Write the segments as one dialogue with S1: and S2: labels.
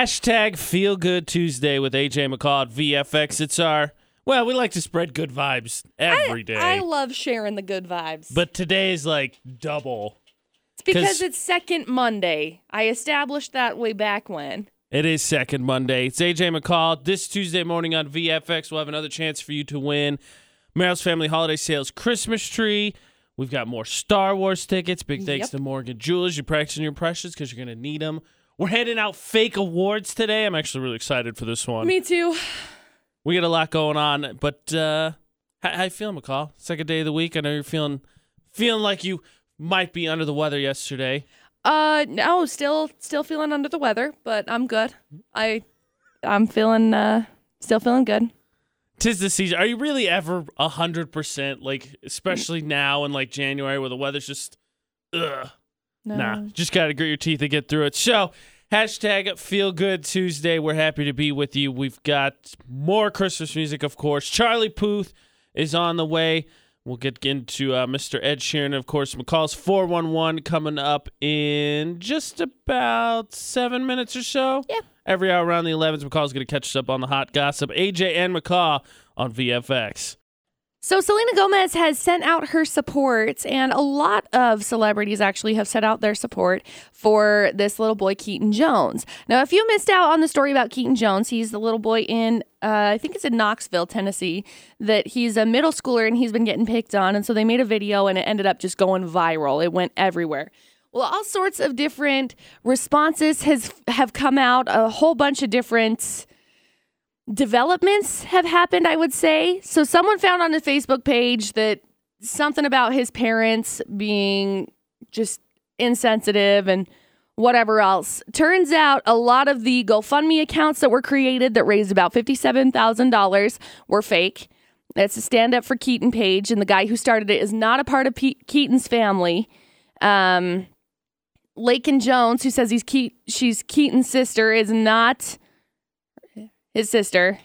S1: Hashtag Feel Good Tuesday with AJ McCall at VFX. It's our, well, we like to spread good vibes every day,
S2: I love sharing the good vibes.
S1: but today is like double.
S2: it's because
S1: 'cause-
S2: it's second Monday. I established that way back when.
S1: It is second Monday. It's AJ McCall. This Tuesday morning on VFX, we'll have another chance for you to win Merrill's Family Holiday Sales Christmas tree. We've got more Star Wars tickets. Big thanks
S2: Yep.
S1: to Morgan Jewelers. You're practicing your precious because you're going to need them. We're handing out fake awards today. I'm actually really excited for this one.
S2: Me too.
S1: we got a lot going on, but uh, how, how you feeling, McCall? Second day of the week. I know you're feeling feeling like you might be under the weather yesterday.
S2: Uh no, still still feeling under the weather, but I'm good. I I'm feeling uh still feeling good.
S1: Tis the season. Are you really ever a hundred percent like, especially now in like January where the weather's just, ugh,
S2: No.
S1: nah. Just gotta grit your teeth and get through it. So, hashtag Feel Good Tuesday. We're happy to be with you. We've got more Christmas music, of course. Charlie Puth is on the way. We'll get into uh, Mr. Ed Sheeran, of course. McCall's four one one coming up in just about seven minutes or so.
S2: Yeah.
S1: Every hour around the 11s, McCall's going to catch us up on the hot gossip. AJ and McCall on VFX.
S2: So Selena Gomez has sent out her support, and a lot of celebrities actually have sent out their support for this little boy Keaton Jones. Now, if you missed out on the story about Keaton Jones, he's the little boy in uh, I think it's in Knoxville, Tennessee, that he's a middle schooler and he's been getting picked on, and so they made a video and it ended up just going viral. It went everywhere. Well, all sorts of different responses has have come out. A whole bunch of different developments have happened, I would say. So someone found on the Facebook page that something about his parents being just insensitive and whatever else. Turns out a lot of the GoFundMe accounts that were created that raised about $57,000 were fake. That's a stand up for Keaton page, and the guy who started it is not a part of Pe- Keaton's family. Um, Lakin Jones, who says he's Ke- she's Keaton's sister, is not his sister.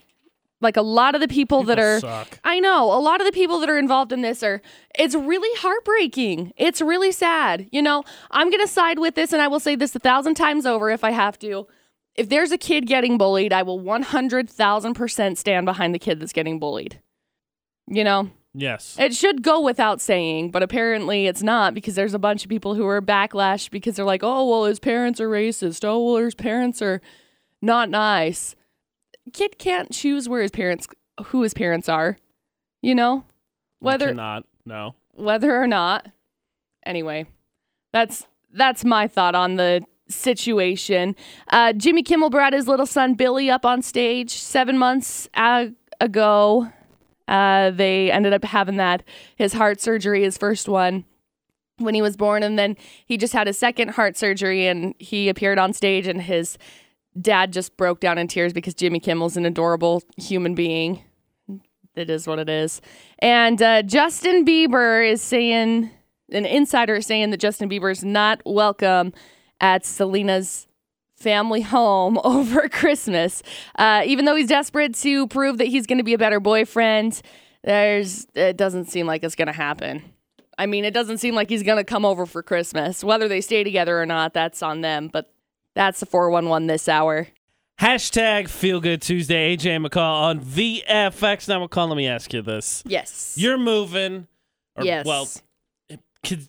S2: Like a lot of the people, that are
S1: suck.
S2: I know. A lot of the people that are involved in this are, it's really heartbreaking. It's really sad. You know, I'm going to side with this and I will say this a thousand times over if I have to. If there's a kid getting bullied, I will 100,000% stand behind the kid that's getting bullied. You know,
S1: Yes.
S2: it should go without saying, but apparently it's not because there's a bunch of people who are backlash because they're like, oh, well, his parents are racist. Oh, well, his parents are not nice. Kid can't choose where his parents, who his parents are, you know, whether
S1: not. No.
S2: whether or not. Anyway, that's that's my thought on the situation. Uh, Jimmy Kimmel brought his little son Billy up on stage seven months a- ago. Uh, they ended up having that his heart surgery, his first one when he was born, and then he just had his second heart surgery, and he appeared on stage, and his dad just broke down in tears because Jimmy Kimmel's an adorable human being. It is what it is. And uh, Justin Bieber is saying, an insider is saying that Justin Bieber is not welcome at Selena's family home over Christmas. Uh, even though he's desperate to prove that he's going to be a better boyfriend, there's it doesn't seem like it's going to happen. I mean, it doesn't seem like he's going to come over for Christmas. Whether they stay together or not, that's on them. But that's the 411 this hour.
S1: Hashtag Feel Good Tuesday. AJ McCall on VFX. Now, McCall, let me ask you this:
S2: Yes.
S1: You're moving. Or,
S2: yes.
S1: Well, could-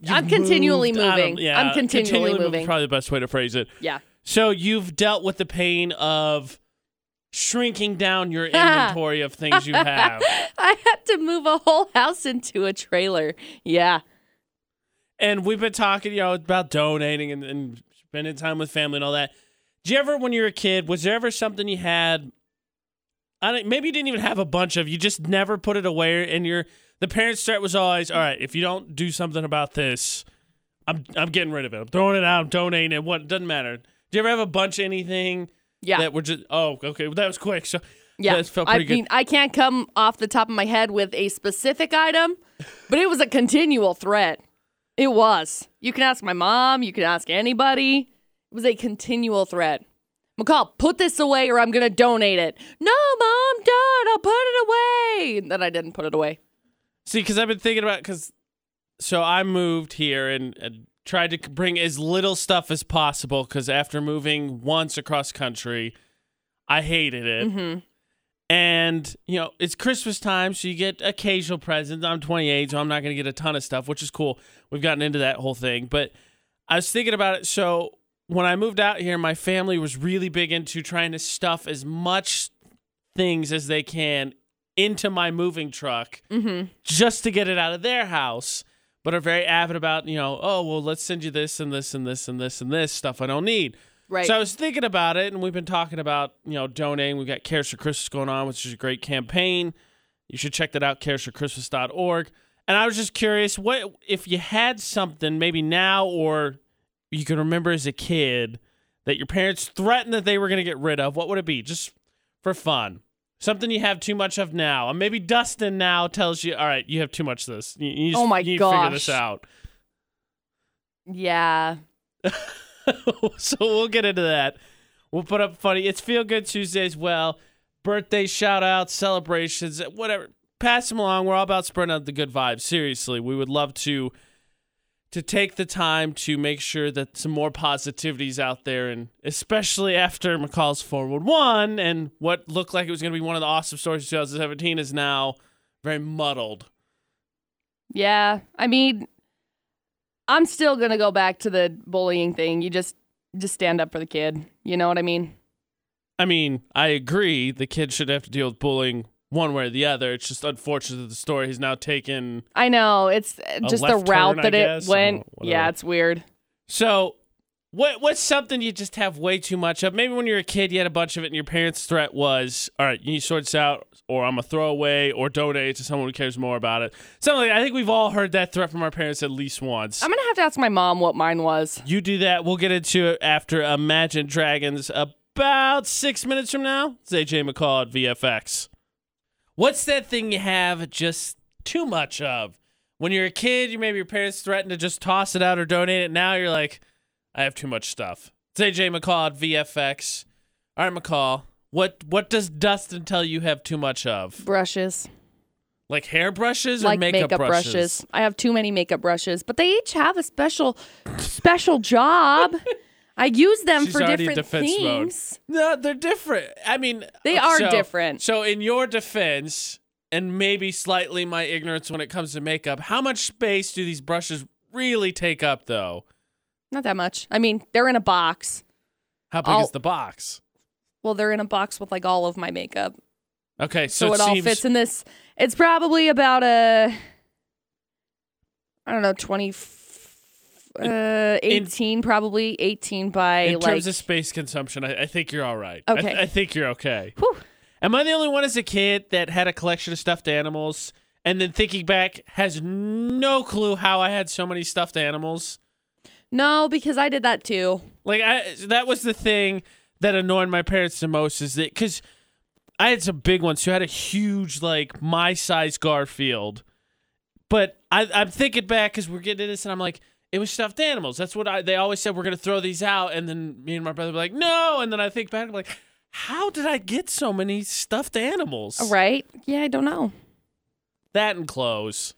S1: you've
S2: I'm continually
S1: moved. I don't-
S2: moving.
S1: Yeah.
S2: I'm continually
S1: moving is
S2: moving.
S1: Probably the best way to phrase it.
S2: yeah.
S1: So you've dealt with the pain of shrinking down your inventory of things you have.
S2: I had to move a whole house into a trailer. Yeah.
S1: and we've been talking, you know, about donating and, and spending time with family and all that. Did you ever, when you were a kid, was there ever something you had? I don't, maybe you didn't even have a bunch of. You just never put it away, and your the parents' threat was always, "All right, if you don't do something about this, I'm I'm getting rid of it. I'm throwing it out. I'm donating it. What doesn't matter." Do you ever have a bunch of anything
S2: Yeah.
S1: that were just? Oh, okay, well, that was quick. So
S2: yeah.
S1: that felt
S2: I
S1: pretty good.
S2: mean, I can't come off the top of my head with a specific item, but it was a continual threat. It was. You can ask my mom, you can ask anybody. It was a continual threat. McCall, put this away or I'm going to donate it. No, mom, dad, I'll put it away. And then I didn't put it away.
S1: See, because I've been thinking about because so I moved here and, and tried to c- bring as little stuff as possible because after moving once across country, I hated it.
S2: Mm-hmm.
S1: And, you know, it's Christmas time, so you get occasional presents. I'm 28, so I'm not going to get a ton of stuff, which is cool. We've gotten into that whole thing. But I was thinking about it. So when I moved out here, my family was really big into trying to stuff as much things as they can into my moving truck
S2: Mm-hmm.
S1: just to get it out of their house, but are very avid about, you know, oh, well, let's send you this and this and this and this and this stuff I don't need.
S2: Right.
S1: So I was thinking about it, and we've been talking about, you know, donating. We've got Cares for Christmas going on, which is a great campaign. You should check that out, caresforchristmas.org. And I was just curious, what if you had something maybe now or you can remember as a kid that your parents threatened that they were going to get rid of? What would it be? Just for fun. Something you have too much of now. And maybe Dustin now tells you, all right, you have too much of this. You, you just,
S2: Oh my
S1: you need to figure this
S2: gosh.
S1: out.
S2: yeah.
S1: so we'll get into that. We'll put up funny. It's Feel Good Tuesday as well. Birthday shout outs, celebrations, whatever. Pass them along. We're all about spreading out the good vibes. Seriously, we would love to to take the time to make sure that some more positivity's out there, and especially after McCall's forward one and what looked like it was going to be one of the awesome stories of 2017 is now very muddled.
S2: Yeah. I mean, I'm still gonna go back to the bullying thing. You just just stand up for the kid. You know what I mean?
S1: I mean, I agree. The kid should have to deal with bullying one way or the other. It's just unfortunate that the story has now taken.
S2: I know it's uh,
S1: A
S2: just the
S1: left
S2: route
S1: turn, I
S2: that it
S1: guess, or
S2: went.
S1: whatever.
S2: Yeah, it's weird.
S1: So, what what's something you just have way too much of? Maybe when you were a kid, you had a bunch of it, and your parents' threat was, "All right, you need to sort this out, or I'm gonna throw away, or donate it to someone who cares more about it." Something like, I think we've all heard that threat from our parents at least once.
S2: I'm gonna have to ask my mom what mine was.
S1: you do that. We'll get into it after Imagine Dragons about six minutes from now. It's AJ McCall at VFX. What's that thing you have just too much of? When you're a kid, you maybe your parents threatened to just toss it out or donate it. Now you're like, I have too much stuff. It's AJ McCall at VFX. All right, McCall. What what does Dustin tell you have too much of?
S2: Brushes,
S1: Like hairbrushes or
S2: like
S1: makeup,
S2: brushes. I have too many makeup brushes, but they each have a special special job. I use them
S1: She's
S2: for
S1: already in
S2: different
S1: defense mode.
S2: things.
S1: No, they're different. I mean,
S2: They are
S1: so-
S2: different.
S1: So, in your defense, and maybe slightly my ignorance when it comes to makeup, how much space do these brushes really take up, though?
S2: Not that much. I mean, they're in a box.
S1: How big
S2: I'll-
S1: is the box?
S2: Well, they're in a box with like all of my makeup.
S1: Okay, so,
S2: so, it, all
S1: seems
S2: fits in this. It's probably about a, I don't know, twenty, f- uh, eighteen, probably eighteen by
S1: in
S2: like.
S1: terms of space consumption. I, I think you're all right. I th-
S2: Okay.
S1: I think you're okay.
S2: Whew.
S1: Am I the only one as a kid that had a collection of stuffed animals? And then thinking back, has no clue how I had so many stuffed animals.
S2: no, because I did that too.
S1: Like I, that was the thing that annoyed my parents the most is that because I had some big ones who had a huge like my size Garfield, but I, I'm thinking back because we're getting into this and I'm like. It was stuffed animals. That's what I, they always said. We're gonna throw these out, and then me and my brother were like, "No!" And then I think back, I'm like, "How did I get so many stuffed animals?"
S2: Right? Yeah, I don't know.
S1: That and clothes.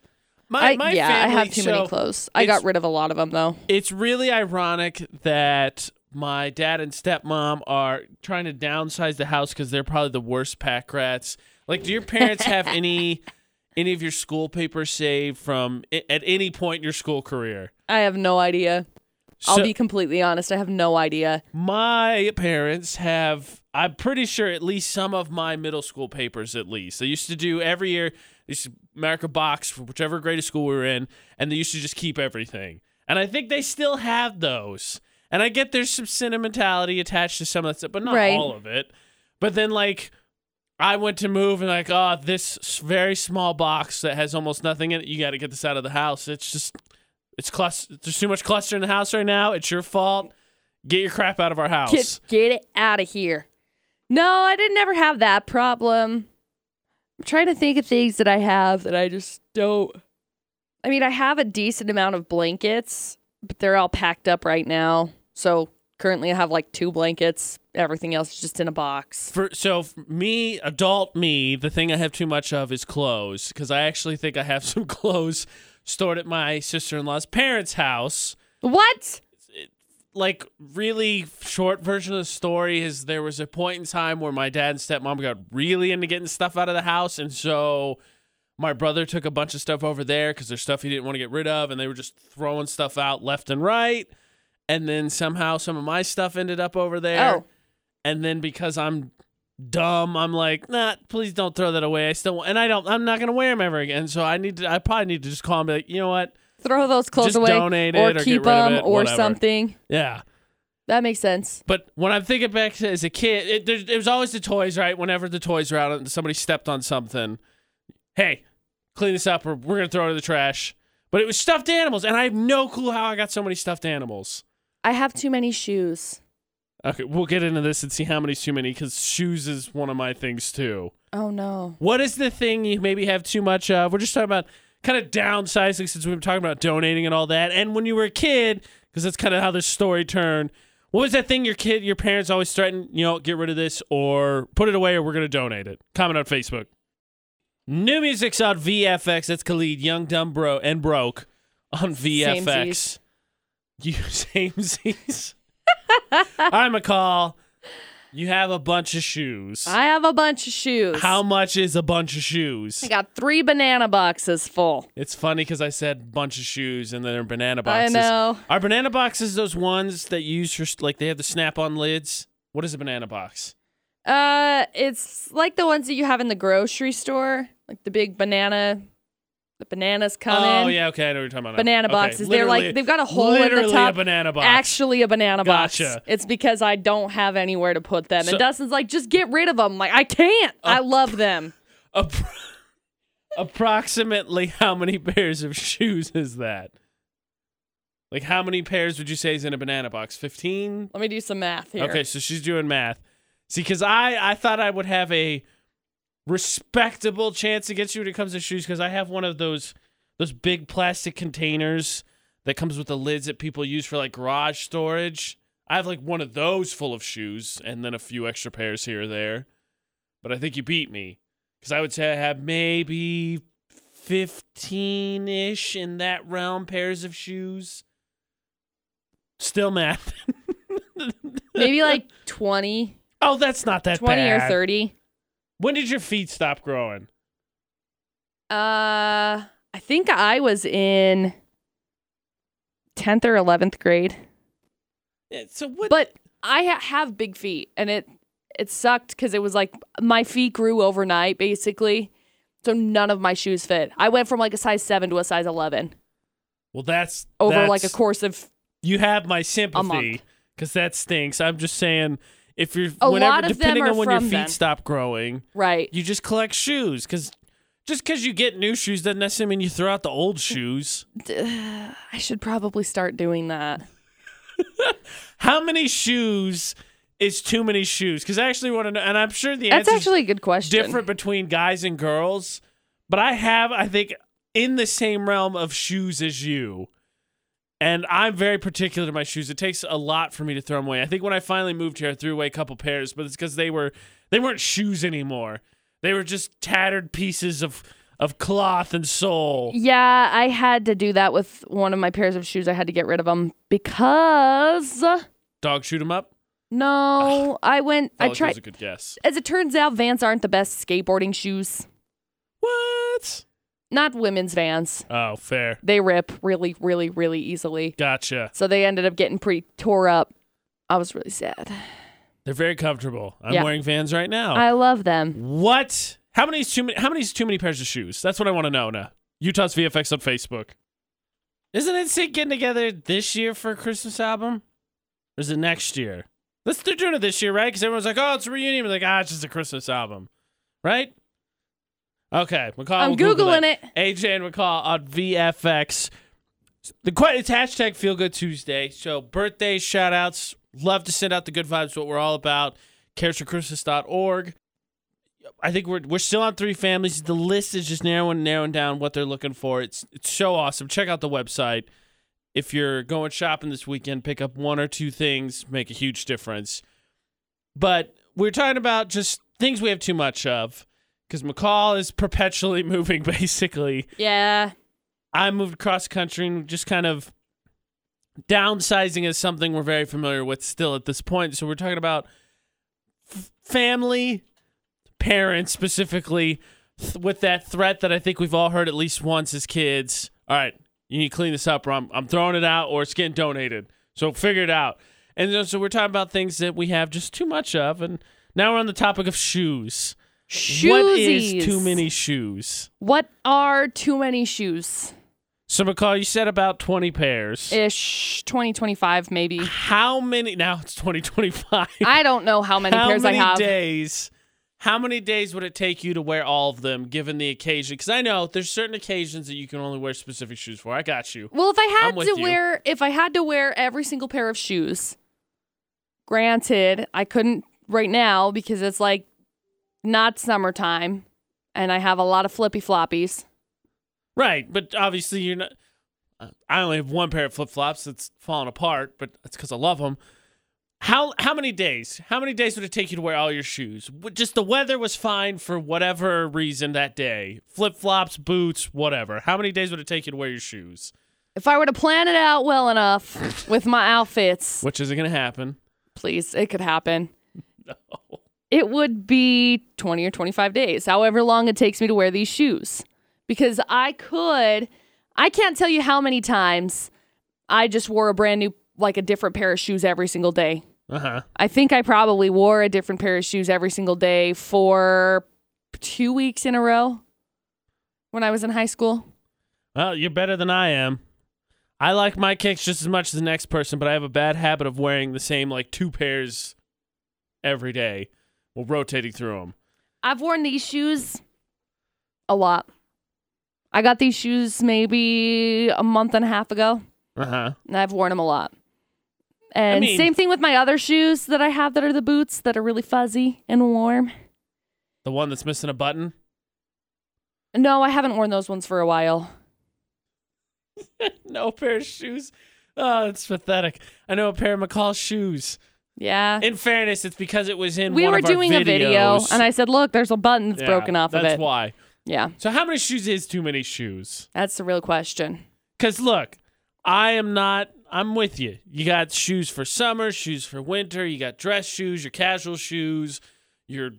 S1: My,
S2: I,
S1: my
S2: yeah, I
S1: family-
S2: have too many
S1: so-
S2: clothes. I
S1: it's-
S2: got rid of a lot of them though.
S1: it's really ironic that my dad and stepmom are trying to downsize the house because they're probably the worst pack rats. Like, do your parents have any any of your school papers saved from a- at any point in your school career?
S2: I have no idea.
S1: So-
S2: I'll be completely honest. I have no idea.
S1: my parents have i'm pretty sure at least some of my middle school papers at least they used to do every year they used to mark a box for whichever grade of school we were in and they used to just keep everything and i think they still have those and i get there's some sentimentality attached to some of that stuff but not
S2: Right.
S1: all of it but then like i went to move and like oh this s- very small box that has almost nothing in it you got to get this out of the house it's just it's cluster there's too much cluster in the house right now it's your fault Get your crap out of our house.
S2: Get, get it out of here. No, I didn't ever have that problem. I'm trying to think of things that I have that I just don't. I mean, I have a decent amount of blankets, but they're all packed up right now. So currently I have like two blankets. Everything else is just in a box.
S1: For, so f- me, adult me, the thing I have too much of is clothes because I actually think I have some clothes stored at my sister-in-law's parents' house
S2: What?
S1: like really short version of the story is there was a point in time where my dad and stepmom got really into getting stuff out of the house and so my brother took a bunch of stuff over there because there's stuff he didn't want to get rid of and they were just throwing stuff out left and right and then somehow some of my stuff ended up over there
S2: Oh.
S1: and then because i'm dumb i'm like nah please don't throw that away i still want and i don't i'm not gonna wear them ever again so i need to i probably need to just call him and be like you know what
S2: Throw those clothes
S1: Just
S2: away
S1: donate
S2: or
S1: it or get
S2: keep
S1: rid of
S2: them
S1: it,
S2: or
S1: whatever.
S2: something.
S1: yeah
S2: That makes sense.
S1: But when I'm thinking back to as a kid, it, there, it was always the toys, right? Whenever the toys were out and somebody stepped on something, hey, clean this up or we're going to throw it in the trash. But it was stuffed animals, and I have no clue how I got so many stuffed animals.
S2: I have too many shoes.
S1: Okay, we'll get into this and see how many's too many because shoes is one of my things too.
S2: Oh no.
S1: What is the thing you maybe have too much of? We're just talking about kind of downsizing since we've been talking about donating and all that. And when you were a kid, because that's kind of how this story turned. What was that thing your kid, your parents always threatened? You know, get rid of this or put it away, or we're gonna donate it. Comment on Facebook. New music's on VFX. That's Khalid, Young, Dumb, Bro, and Broke on VFX.
S2: Samesies.
S1: You samesies. all right, McCall. You have a bunch of shoes.
S2: I have a bunch of shoes.
S1: How much is a bunch of shoes?
S2: I got three banana boxes full.
S1: It's funny because I said bunch of shoes and then they're banana
S2: I
S1: boxes.
S2: know.
S1: Are banana boxes those ones that you use for, like, they have the snap on lids? What is a banana box?
S2: Uh, it's like the ones that you have in the grocery store, like the big banana. The bananas come in.
S1: oh, yeah, okay, I know what you're talking about. now.
S2: Banana
S1: Okay,
S2: boxes. They're like
S1: literally-
S2: they've got a hole in the
S1: literally a
S2: top.
S1: banana box.
S2: Actually, a banana
S1: Gotcha.
S2: box. It's because I don't have anywhere to put them.
S1: So- Oh.
S2: and Dustin's like, just get rid of them. I'm like, I can't. I love them.
S1: Appro- approximately how many pairs of shoes is that? Like, how many pairs would you say is in a banana box? 15,
S2: Let me do some math here.
S1: Okay, so she's doing math. See, because I I thought I would have a respectable chance against you when it comes to shoes because I have one of those those big plastic containers that comes with the lids that people use for like garage storage. I have like one of those full of shoes and then a few extra pairs here or there. But I think you beat me because I would say I have maybe 15 ish in that realm pairs of shoes. Still math.
S2: Maybe like 20,
S1: Oh, that's not that
S2: 20
S1: bad.
S2: or 30.
S1: When did your feet stop growing?
S2: Uh, I think I was in 10th or 11th grade.
S1: Yeah, so what?
S2: But I ha- have big feet and it it sucked cuz it was like my feet grew overnight basically. So none of my shoes fit. I went from like a size 7 to a size 11
S1: well, that's
S2: over like a
S1: that's-
S2: course of
S1: You have my sympathy
S2: month.
S1: because that stinks. I'm just saying, if you're
S2: A
S1: whenever,
S2: lot of them
S1: depending
S2: are
S1: on when your
S2: from
S1: feet
S2: then.
S1: stop growing,
S2: right.
S1: you just collect shoes because just because you get new shoes doesn't necessarily mean you throw out the old shoes.
S2: I should probably start doing that.
S1: How many shoes is too many shoes? Because I actually want to know, and I'm sure the
S2: That's
S1: answer
S2: actually a good question.
S1: different between guys and girls, but I have, I think, in the same realm of shoes as you. And I'm very particular to my shoes. It takes a lot for me to throw them away. I think when I finally moved here, I threw away a couple pairs, but it's because they were they weren't shoes anymore. They were just tattered pieces of of cloth and sole.
S2: Yeah, I had to do that with one of my pairs of shoes. I had to get rid of them because
S1: Dog shoot them up.
S2: no, I went. I
S1: Felt like that was
S2: tried.
S1: a good guess.
S2: As it turns out, Vans aren't the best skateboarding shoes.
S1: What?
S2: Not women's Vans.
S1: Oh, fair.
S2: They rip really, really, really easily.
S1: Gotcha.
S2: So they ended up getting pretty tore up. I was really sad.
S1: They're very comfortable. I'm
S2: Yeah.
S1: wearing Vans right now.
S2: I love them.
S1: What? How many is too many? How many is too many pairs of shoes? That's what I want to know now. Utah's VFX on Facebook. Isn't NSYNC getting together this year for a Christmas album? Or is it next year? That's they're doing it this year, right? Because everyone's like, "Oh, it's a reunion." We're like, "Ah, it's just a Christmas album," right? Okay, McCall.
S2: I'm
S1: will Google
S2: Googling
S1: that. AJ and McCall on VFX. The que- it's hashtag Feel Good Tuesday. So birthdays, shout outs. Love to send out the good vibes. What we're all about. CaresForChristmas.org. I think we're we're still on three families. The list is just narrowing narrowing down what they're looking for. It's it's so awesome. Check out the website. If you're going shopping this weekend, pick up one or two things, make a huge difference. But we're talking about just things we have too much of because McCall is perpetually moving basically.
S2: Yeah.
S1: I moved across country and just kind of downsizing is something we're very familiar with still at this point. So we're talking about f- family, parents specifically, th- with that threat that I think we've all heard at least once as kids. All right, you need to clean this up, or I'm, I'm throwing it out, or it's getting donated. So figure it out. And then- so we're talking about things that we have just too much of. And now we're on the topic of shoes.
S2: Shoesies.
S1: What is too many shoes?
S2: What are too many shoes?
S1: So, McCall, you said about 20 pairs.
S2: Ish, 2025 maybe.
S1: How many? Now it's 2025.
S2: I don't know how many
S1: how
S2: pairs
S1: many
S2: I have.
S1: days? How many days would it take you to wear all of them, given the occasion? Because I know there's certain occasions that you can only wear specific shoes for. I got you.
S2: Well, if I
S1: I'm
S2: had
S1: with
S2: to
S1: you.
S2: wear, if I had to wear every single pair of shoes, granted, I couldn't right now because it's like not summertime, and I have a lot of flippy floppies.
S1: Right, but obviously you're not. uh, I only have one pair of flip flops that's falling apart, but that's because I love them. How how many days? How many days would it take you to wear all your shoes? W- Just the weather was fine for whatever reason that day. Flip flops, boots, whatever. How many days would it take you to wear your shoes?
S2: If I were to plan it out well enough with my outfits,
S1: Which isn't gonna happen.
S2: please, it could happen. It would be 20 or 25 days, however long it takes me to wear these shoes. Because I could, I can't tell you how many times I just wore a brand new, like a different pair of shoes every single day.
S1: Uh huh.
S2: I think I probably wore a different pair of shoes every single day for two weeks in a row when I was in high school.
S1: Well, you're better than I am. I like my kicks just as much as the next person, but I have a bad habit of wearing the same like two pairs every day, well, rotating through them.
S2: I've worn these shoes a lot. I got these shoes maybe a month and a half ago,
S1: Uh huh.
S2: and I've worn them a lot. And
S1: mean-
S2: same thing with my other shoes that I have that are the boots that are really fuzzy and warm.
S1: The one that's missing a button.
S2: No, I haven't worn those ones for a while.
S1: No pair of shoes. Oh, it's pathetic. I know a pair of McCall shoes.
S2: Yeah.
S1: In fairness, it's because it was in
S2: we
S1: one
S2: were
S1: of our
S2: doing a video,
S1: videos.
S2: and I said, Look, there's a button that's
S1: Yeah,
S2: broken off of
S1: That's
S2: it.
S1: why.
S2: Yeah.
S1: So, how many shoes is too many shoes?
S2: That's the real question.
S1: Because look, I am not. I'm with you. You got shoes for summer, shoes for winter. You got dress shoes, your casual shoes. Your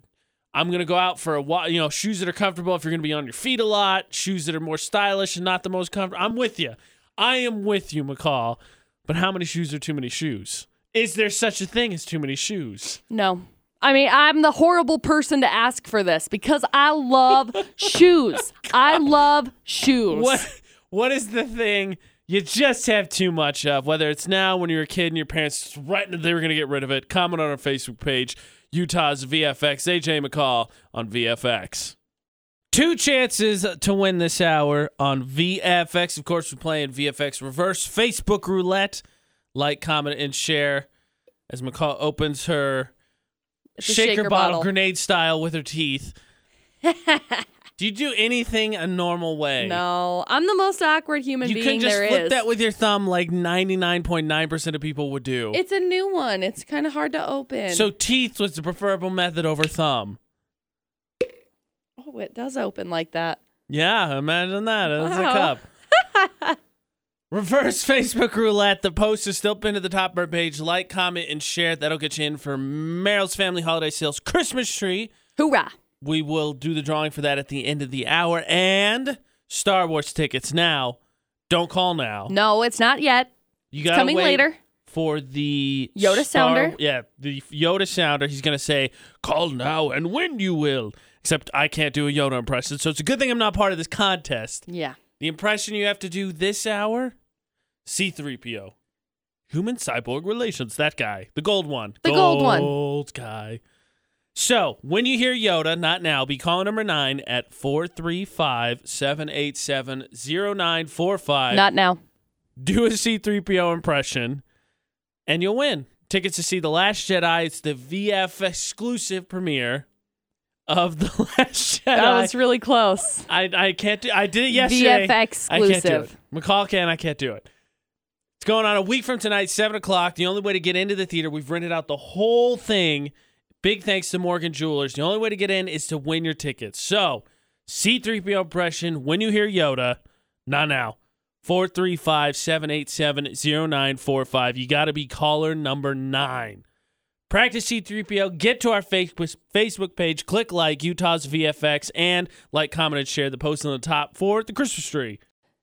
S1: I'm gonna go out for a while. You know, shoes that are comfortable if you're gonna be on your feet a lot. Shoes that are more stylish and not the most comfortable. I'm with you. I am with you, McCall. But how many shoes are too many shoes? Is there such a thing as too many shoes?
S2: No. I mean, I'm the horrible person to ask for this because I love shoes. I love shoes.
S1: What What is the thing you just have too much of? Whether it's now when you're a kid and your parents threatened that they were going to get rid of it. Comment on our Facebook page, Utah's VFX. AJ McCall on VFX. Two chances to win this hour on VFX. Of course, we're playing VFX Reverse Facebook Roulette. Like, comment, and share as McCall opens her
S2: It's a
S1: shaker, bottle,
S2: bottle.
S1: grenade style with her teeth. do you do anything a normal way?
S2: No, I'm the most awkward human
S1: you can
S2: being
S1: just
S2: there
S1: flip
S2: is.
S1: that with your thumb like 99.9% of people would do
S2: it's a new one. It's kind of hard to open.
S1: so teeth was the preferable method over thumb
S2: oh, it does open like that.
S1: yeah imagine that it's a
S2: Wow.
S1: cup reverse facebook roulette the post is still pinned to the top of our page like comment and share that'll get you in for merrill's family holiday sales christmas tree
S2: Hoorah!
S1: we will do the drawing for that at the end of the hour and star wars tickets now don't call now
S2: No, it's not yet.
S1: you
S2: It's
S1: got
S2: coming later.
S1: for the
S2: Yoda sounder?
S1: Yeah, the Yoda sounder. He's gonna say, "Call now and win you will." Except I can't do a Yoda impression, so it's a good thing I'm not part of this contest.
S2: Yeah.
S1: The impression you have to do this hour, C-3PO, human cyborg relations. That guy, the gold one,
S2: The gold one.
S1: gold guy. So when you hear Yoda, not now, be calling number nine at 435-787-0945
S2: not now.
S1: do a C3PO impression, and you'll win. Tickets to see The Last Jedi. It's the VF exclusive premiere of The Last Jedi.
S2: That was really close.
S1: I, I can't do I did it yesterday.
S2: VF
S1: I can't do
S2: exclusive.
S1: it. McCall can, I can't do it. It's going on a week from tonight, 7 o'clock. The only way to get into the theater, we've rented out the whole thing. Big thanks to Morgan Jewelers. The only way to get in is to win your tickets. So, C3PO impression, when you hear Yoda, not now. 435 787 0945. You got to be caller number nine. Practice C3PL. Get to our Facebook Facebook page. Click like Utah's VFX and like, comment, and share the post on the top for the Christmas tree.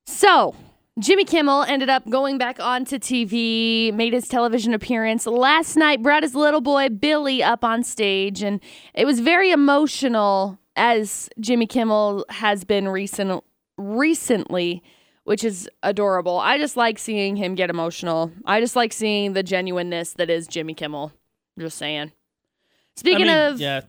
S2: So, Jimmy Kimmel ended up going back onto TV, made his television appearance last night, brought his little boy Billy up on stage, and it was very emotional as Jimmy Kimmel has been recent recently, which is adorable. I just like seeing him get emotional. I just like seeing the genuineness that is Jimmy Kimmel. Just saying.
S1: I
S2: Speaking
S1: mean,
S2: of
S1: yeah,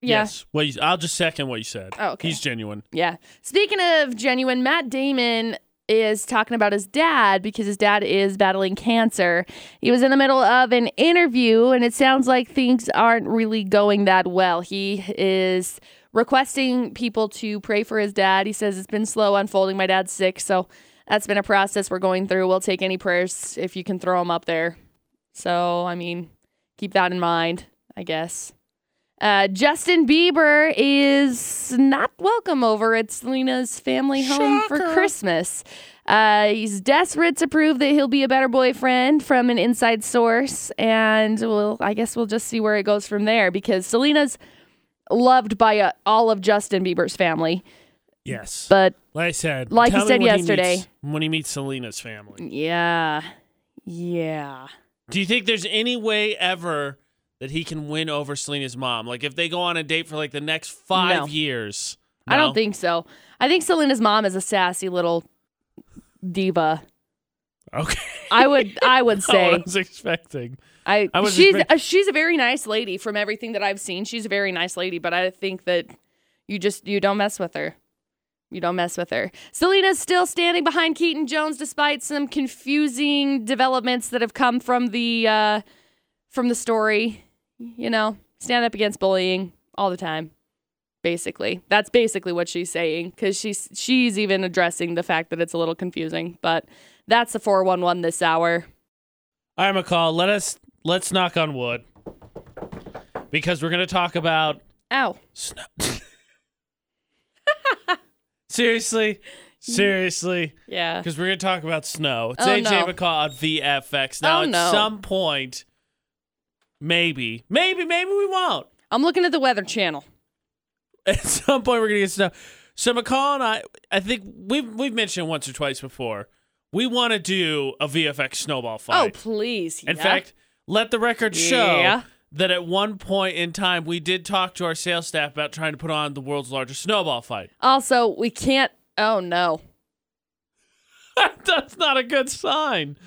S2: yeah,
S1: yes. What you, I'll just second what you said.
S2: Oh, okay.
S1: He's genuine.
S2: Yeah. Speaking of genuine, Matt Damon is talking about his dad because his dad is battling cancer. He was in the middle of an interview and it sounds like things aren't really going that well. He is requesting people to pray for his dad. He says it's been slow unfolding. My dad's sick, so that's been a process we're going through. We'll take any prayers if you can throw them up there. So, I mean, keep that in mind, I guess. Uh, Justin Bieber is not welcome over at Selena's family home for
S1: Shocker.
S2: Christmas. Uh, he's desperate to prove that he'll be a better boyfriend from an inside source, and we'll, I guess we'll just see where it goes from there because Selena's loved by uh, all of Justin Bieber's family,
S1: Yes.
S2: but
S1: like I said,
S2: like he
S1: tell me
S2: said
S1: when
S2: yesterday.
S1: meets- when he meets Selena's family.
S2: yeah, yeah.
S1: Do you think there's any way ever that he can win over Selena's mom? Like if they go on a date for like the next five
S2: No.
S1: years?
S2: I
S1: No?
S2: don't think so. I think Selena's mom is a sassy little diva.
S1: Okay.
S2: I would I would
S1: Not what I
S2: say
S1: was expecting.
S2: I,
S1: I was
S2: she's
S1: expect-
S2: uh, she's a very nice lady from everything that I've seen. She's a very nice lady, but I think that you just you don't mess with her. You don't mess with her. Selena's still standing behind Keaton Jones despite some confusing developments that have come from the uh, from the story. You know, stand up against bullying all the time. Basically, that's basically what she's saying because she's she's even addressing the fact that it's a little confusing. But that's the four one one this hour.
S1: All right, McCall. Let us let's knock on wood because we're gonna talk about
S2: Ow.
S1: snow. seriously, seriously,
S2: Yeah.
S1: because we're gonna talk about snow. It's
S2: Oh,
S1: AJ
S2: no.
S1: McCall on VFX. Now
S2: Oh,
S1: at
S2: no.
S1: some point, maybe, maybe, maybe we won't.
S2: I'm looking at the Weather Channel.
S1: at some point we're gonna get snow. So McCall and I, I think we've we've mentioned once or twice before. We want to do a VFX snowball
S2: Oh,
S1: fight.
S2: please.
S1: in
S2: yeah.
S1: fact, let the record show
S2: Yeah.
S1: that at one point in time we did talk to our sales staff about trying to put on the world's largest snowball fight.
S2: Also, we can't. Oh, no.
S1: That's not a good sign.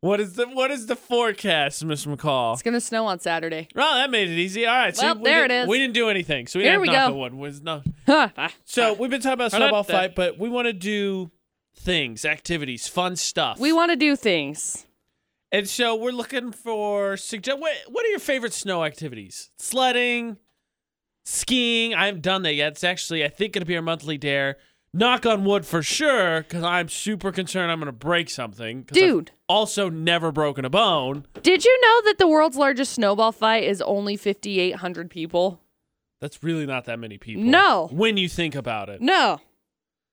S1: What is the what is the forecast, Miss McCall?
S2: It's going to snow on Saturday.
S1: Well, that made it easy. All right, so
S2: Well,
S1: we
S2: there it
S1: didn't-
S2: is.
S1: We didn't do anything, so we
S2: Here
S1: didn't
S2: we
S1: knock
S2: go.
S1: on wood. Was no.
S2: Huh. Ah.
S1: So we've been talking about
S2: I like
S1: snowball
S2: that.
S1: fight, but we want to do things, activities, fun stuff.
S2: We want to do things.
S1: and so we're looking for suggest. What, what are your favorite snow activities? Sledding, skiing. I haven't done that yet. It's actually I think gonna be our monthly dare. Knock on wood for sure, because I'm super concerned I'm gonna break something. 'cause I've
S2: Dude.
S1: also never broken a bone.
S2: Did you know that the world's largest snowball fight is only 5,800 people?
S1: That's really not that many people.
S2: No.
S1: when you think about it,
S2: No.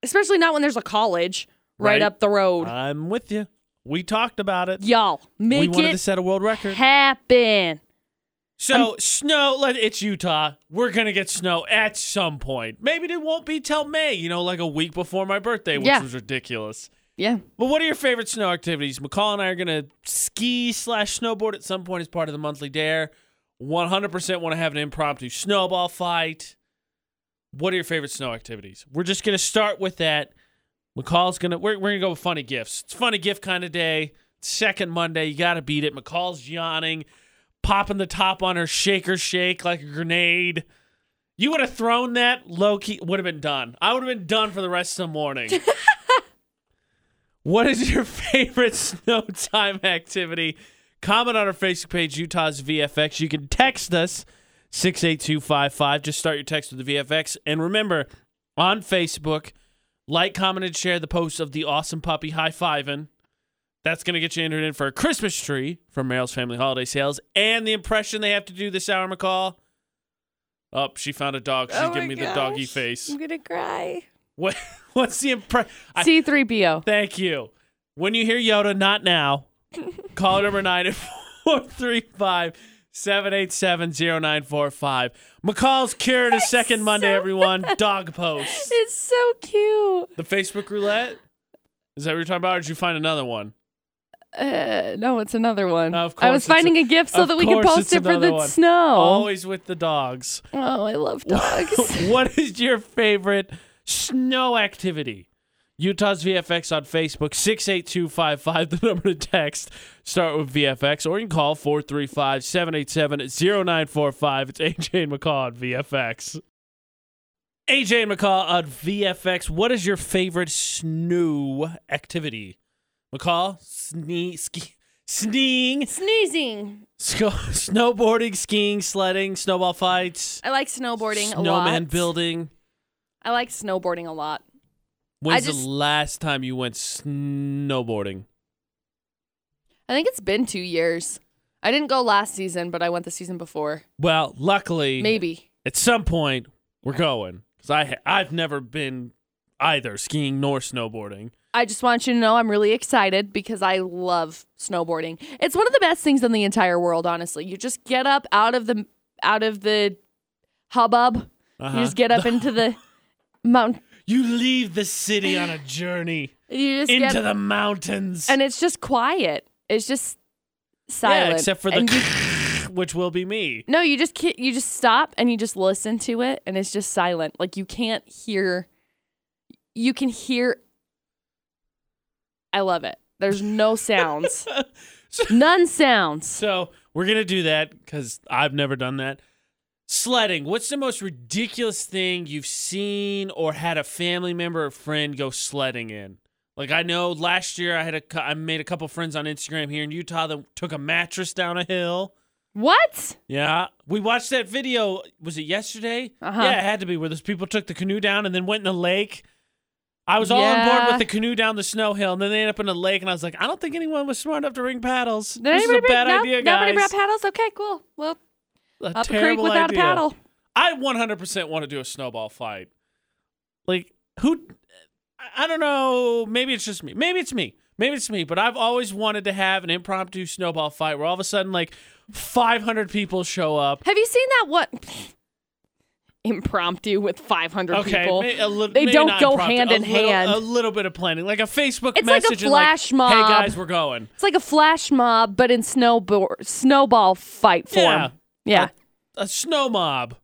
S2: Especially not when there's a college right,
S1: Right.
S2: up the road.
S1: I'm with you. We talked about it.
S2: Y'all,
S1: we
S2: make
S1: wanted to
S2: it
S1: set a world record.
S2: happen.
S1: So snow, like it's Utah. We're gonna get snow at some point. Maybe it won't be till May. You know, like a week before my birthday, which
S2: Yeah.
S1: was ridiculous.
S2: Yeah.
S1: But what are your favorite snow activities? McCall and I are gonna ski slash snowboard at some point as part of the monthly dare. One hundred percent want to have an impromptu snowball fight. What are your favorite snow activities? We're just gonna start with that. McCall's gonna we're, we're gonna go with funny gifts. It's funny gift kind of day. Second Monday, you gotta beat it. McCall's yawning, popping the top on her shaker shake like a grenade. You would have thrown that low key would have been done. I would have been done for the rest of the morning. what is your favorite snow time activity? Comment on our Facebook page, Utah's VFX. You can text us 68255. Just start your text with the VFX. And remember, on Facebook, like, comment, and share the post of the awesome puppy high fiving. That's going to get you entered in for a Christmas tree from Merrill's Family Holiday Sales and the impression they have to do this hour, McCall. Oh, she found a dog. She's giving me the doggy face.
S2: going to cry.
S1: What? What's the impression?
S2: C3PO.
S1: Thank you. When you hear Yoda, not now. Call number 9 at 435 787 0945. McCall's cured a second Monday,
S2: so
S1: everyone. Dog post.
S2: It's so cute.
S1: The Facebook roulette? Is that what you're talking about, or did you find another one?
S2: Uh, no, it's another one.
S1: Of
S2: I
S1: course
S2: was
S1: it's a-
S2: finding a, gift so
S1: of
S2: that we could
S1: course it's
S2: post it for
S1: another
S2: the
S1: one. Oh,
S2: snow.
S1: Always with the dogs.
S2: Oh, I love dogs.
S1: what is your favorite snow activity? Utah's VFX on Facebook, 68255, the number to text. Start with VFX, or you can call 435 787 0945. It's AJ and McCall on VFX. AJ and McCall on VFX. What is your favorite snow activity? McCall, snee, ski, sneeing,
S2: Sneezing.
S1: sco- snowboarding, skiing, sledding, snowball fights.
S2: I like snowboarding a lot.
S1: Snowman building.
S2: I like snowboarding a lot.
S1: When's
S2: just-
S1: the last time you went snowboarding?
S2: I think it's been two years. I didn't go last season, but I went the season before.
S1: Well, luckily,
S2: Maybe.
S1: at some point we're going because I ha- I've never been either skiing nor snowboarding.
S2: I just want you to know I'm really excited because I love snowboarding. It's one of the best things in the entire world, honestly. You just get up out of the out of the hubbub.
S1: Uh-huh.
S2: You just get up into the mountain.
S1: You leave the city on a journey
S2: You just
S1: into
S2: get
S1: the mountains.
S2: and it's just quiet. It's just silent.
S1: yeah, except for
S2: And you-
S1: the which will be me.
S2: no, you just ki- you just stop and you just listen to it, and it's just silent. Like you can't hear. You can hear. I love it. There's no sounds. None sounds.
S1: So we're gonna do that because I've never done that. Sledding. What's the most ridiculous thing you've seen or had a family member or friend go sledding in? Like I know last year I had a cou- I made a couple friends on Instagram here in Utah that took a mattress down a hill.
S2: What?
S1: Yeah, we watched that video. Was it yesterday?
S2: Uh-huh.
S1: Yeah, it had to be where those people took the canoe down and then went in the lake. I was all on board
S2: Yeah.
S1: with the canoe down the snow hill, and then they ended up in a lake, and I was like, I don't think anyone was smart enough to bring paddles.
S2: Did
S1: this is a
S2: anybody
S1: bad
S2: bring, no,
S1: idea, guys.
S2: Nobody brought paddles. Okay, cool. Well,
S1: A
S2: up a creek
S1: terrible
S2: without
S1: idea.
S2: a paddle.
S1: I 100% want to do a snowball fight. Like, who? I- I don't know. Maybe it's just me. Maybe it's me. Maybe it's me. But I've always wanted to have an impromptu snowball fight where all of a sudden, like, 500 people show up.
S2: Have you seen that? What? Impromptu with 500
S1: Okay,
S2: people.
S1: may- a li-
S2: They
S1: maybe
S2: don't
S1: not
S2: go
S1: impromptu,
S2: hand
S1: a
S2: in
S1: little-
S2: hand.
S1: A little bit of planning, like a Facebook
S2: It's like a
S1: message,
S2: flash
S1: and like, "Hey
S2: mob.
S1: guys, we're going."
S2: It's like a flash mob, but in snowboard snowball fight form.
S1: Yeah.
S2: Yeah,
S1: A snow mob?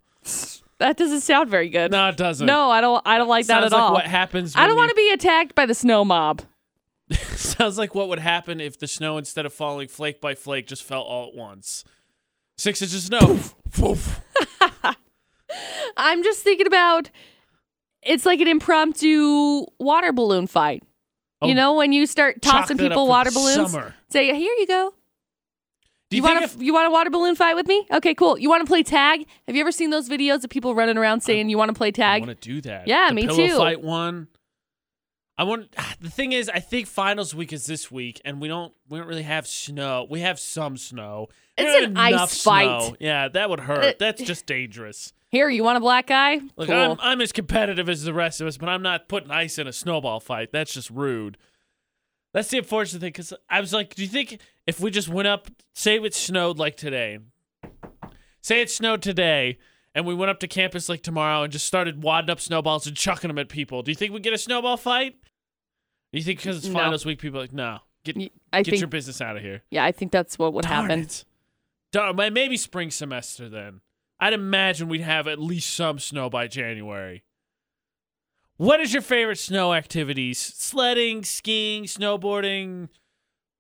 S2: that doesn't sound very good.
S1: No, it doesn't.
S2: No, I don't. I don't like that
S1: sounds
S2: at
S1: like
S2: all.
S1: what happens.
S2: I don't
S1: when
S2: want
S1: you-
S2: to be attacked by the snow mob.
S1: Sounds like what would happen if the snow, instead of falling flake by flake, just fell all at once. Six inches of snow. Poof.
S2: I'm just thinking about. It's like an impromptu water balloon fight.
S1: Oh.
S2: You know when you start
S1: Chalk
S2: tossing
S1: that up
S2: people
S1: for
S2: water
S1: the
S2: balloons.
S1: summer.
S2: Say here you go.
S1: Do
S2: you
S1: you, think
S2: want
S1: if,
S2: to you want a water balloon fight with me? Okay, cool. You want to play tag? Have you ever seen those videos of people running around saying you want to play
S1: I
S2: tag?
S1: want to do that?
S2: Yeah,
S1: the
S2: me
S1: pillow
S2: too.
S1: Fight one. I want. The thing is, I think finals week is this week, and we don't we don't really have snow. We have some snow. We
S2: It's
S1: don't
S2: an
S1: have
S2: ice
S1: enough
S2: fight.
S1: snow. Yeah, that would hurt.
S2: Uh,
S1: That's just dangerous.
S2: Here, you want a black eye?
S1: Look,
S2: cool.
S1: I'm I'm as competitive as the rest of us, but I'm not putting ice in a snowball fight. That's just rude. That's the unfortunate thing because I was like, do you think if we just went up, say it snowed like today, say it snowed today, and we went up to campus like tomorrow and just started wadding up snowballs and chucking them at people, do you think we get a snowball fight? Do you think because it's
S2: No.
S1: finals week, people are like, no, get
S2: Y- I
S1: get
S2: think
S1: your business out of here.
S2: yeah, I think that's what would happen.
S1: It. Darn, may- maybe spring semester then. I'd imagine we'd have at least some snow by January. What is your favorite snow activities? Sledding, skiing, snowboarding,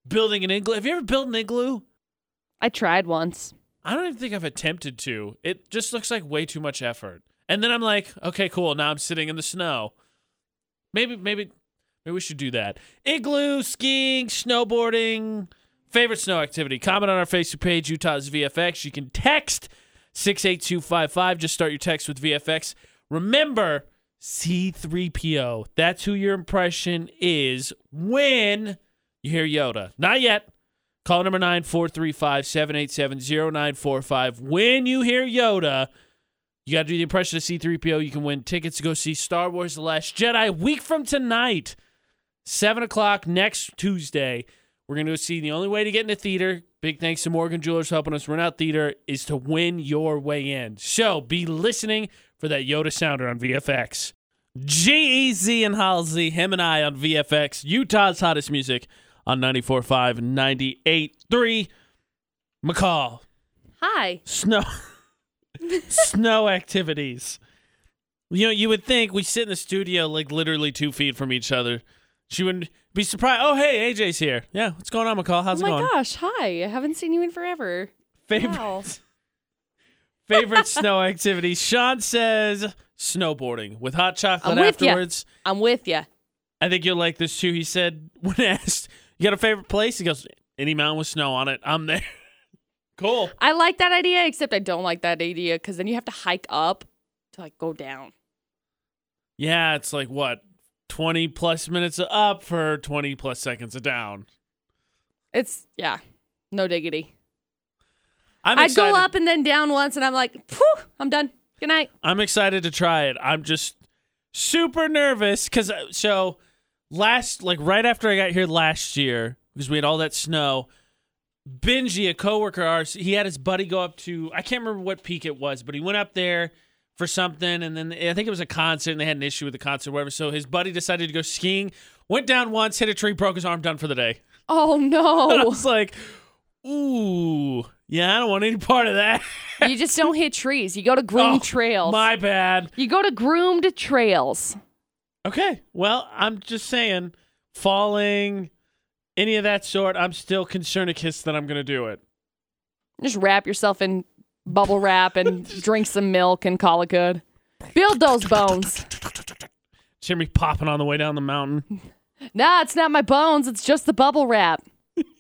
S1: building an igloo. Have you ever built an igloo?
S2: I tried once.
S1: I don't even think I've attempted to. It just looks like way too much effort. And then I'm like, okay, cool. Now I'm sitting in the snow. Maybe, maybe, maybe we should do that. Igloo, skiing, snowboarding. Favorite snow activity? Comment on our Facebook page, Utah's VFX. You can text 68255. Just start your text with VFX. Remember, C3PO. That's who your impression is when you hear Yoda. Not yet. Call number 9 435 787 0945. When you hear Yoda, you got to do the impression of C3PO. You can win tickets to go see Star Wars The Last Jedi week from tonight. Seven o'clock next Tuesday. We're gonna go see the only way to get into theater. Big thanks to Morgan Jewelers for helping us run out theater is to win your way in. So be listening for that Yoda sounder on VFX. G-E-Z E and Halsey, him and I on VFX, Utah's hottest music on 94.5 and 98.3. McCall,
S2: Hi.
S1: snow, snow activities. You know, you would think we sit in the studio like literally two feet from each other. She wouldn't be surprised. Oh, hey, AJ's here. Yeah, what's going on, McCall? How's
S2: oh
S1: it
S2: my
S1: going?
S2: gosh. Hi. I haven't seen you in forever.
S1: Favorite,
S2: Wow.
S1: favorite snow activity. Sean says snowboarding with hot chocolate
S2: I'm with ya.
S1: afterwards.
S2: I'm with you.
S1: I think you'll like this too. He said when asked, "You got a favorite place?" He goes, "Any mountain with snow on it, I'm there." cool.
S2: I like that idea, except I don't like that idea because then you have to hike up to like go down.
S1: Yeah, it's like what twenty plus minutes up for twenty plus seconds of down.
S2: It's yeah, no diggity.
S1: I'm
S2: I'd
S1: excited.
S2: go up and then down once, and I'm like, Phew, I'm done. Good night.
S1: I'm excited to try it. I'm just super nervous because so last, like right after I got here last year, because we had all that snow. Benji, a coworker of ours, he had his buddy go up to I can't remember what peak it was, but he went up there for something, and then I think it was a concert, and they had an issue with the concert, or whatever. So his buddy decided to go skiing, went down once, hit a tree, broke his arm, done for the day.
S2: Oh
S1: And I
S2: no!
S1: was like, ooh, yeah, I don't want any part of that.
S2: you just don't hit trees. You go to groomed
S1: Oh,
S2: trails.
S1: My bad.
S2: you go to groomed trails.
S1: Okay. Well, I'm just saying, falling, any of that sort, I'm still concerned a kiss that I'm going to do it.
S2: Just wrap yourself in bubble wrap and drink some milk and call it good. Build those bones.
S1: Just hear me popping on the way down the mountain.
S2: Nah, it's not my bones. It's just the bubble wrap.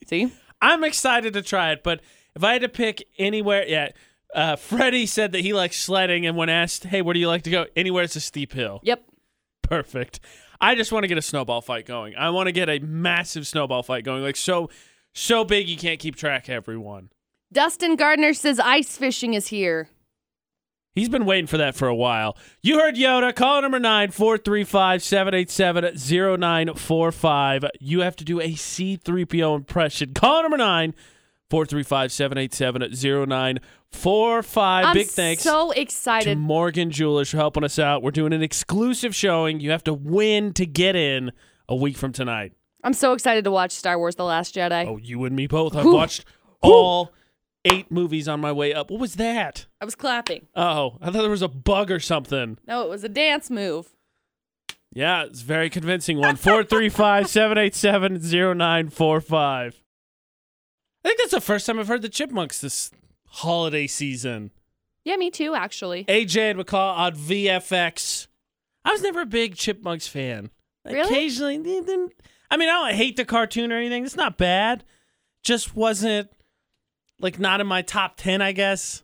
S2: See?
S1: I'm excited to try it, but if I had to pick anywhere, yeah. Uh, Freddie said that he likes sledding, and when asked, "Hey, where do you like to go?" Anywhere it's a steep hill.
S2: Yep.
S1: Perfect. I just want to get a snowball fight going. I want to get a massive snowball fight going, like so, so big you can't keep track. of Everyone.
S2: Dustin Gardner says ice fishing is here.
S1: He's been waiting for that for a while. You heard Yoda. Call number 9 435 787 0945. You have to do a C3PO impression. Call number 9 435 787 0945.
S2: I'm
S1: Big thanks
S2: So
S1: to
S2: excited.
S1: Morgan Jewelers for helping us out. We're doing an exclusive showing. You have to win to get in a week from tonight.
S2: I'm so excited to watch Star Wars The Last Jedi.
S1: Oh, you and me both. I've
S2: Whew.
S1: watched all eight movies on my way up. What was that?
S2: I was clapping.
S1: Oh, I thought there was a bug or something.
S2: No, it was a dance move.
S1: Yeah, it's a very convincing one. 435 787 0945. I think that's the first time I've heard the Chipmunks this holiday season.
S2: Yeah, me too, actually.
S1: AJ and McCall on VFX. I was never a big Chipmunks fan.
S2: Really?
S1: Occasionally, they didn't- I mean, I don't hate the cartoon or anything. It's not bad. Just wasn't, like, not in my top 10, I guess.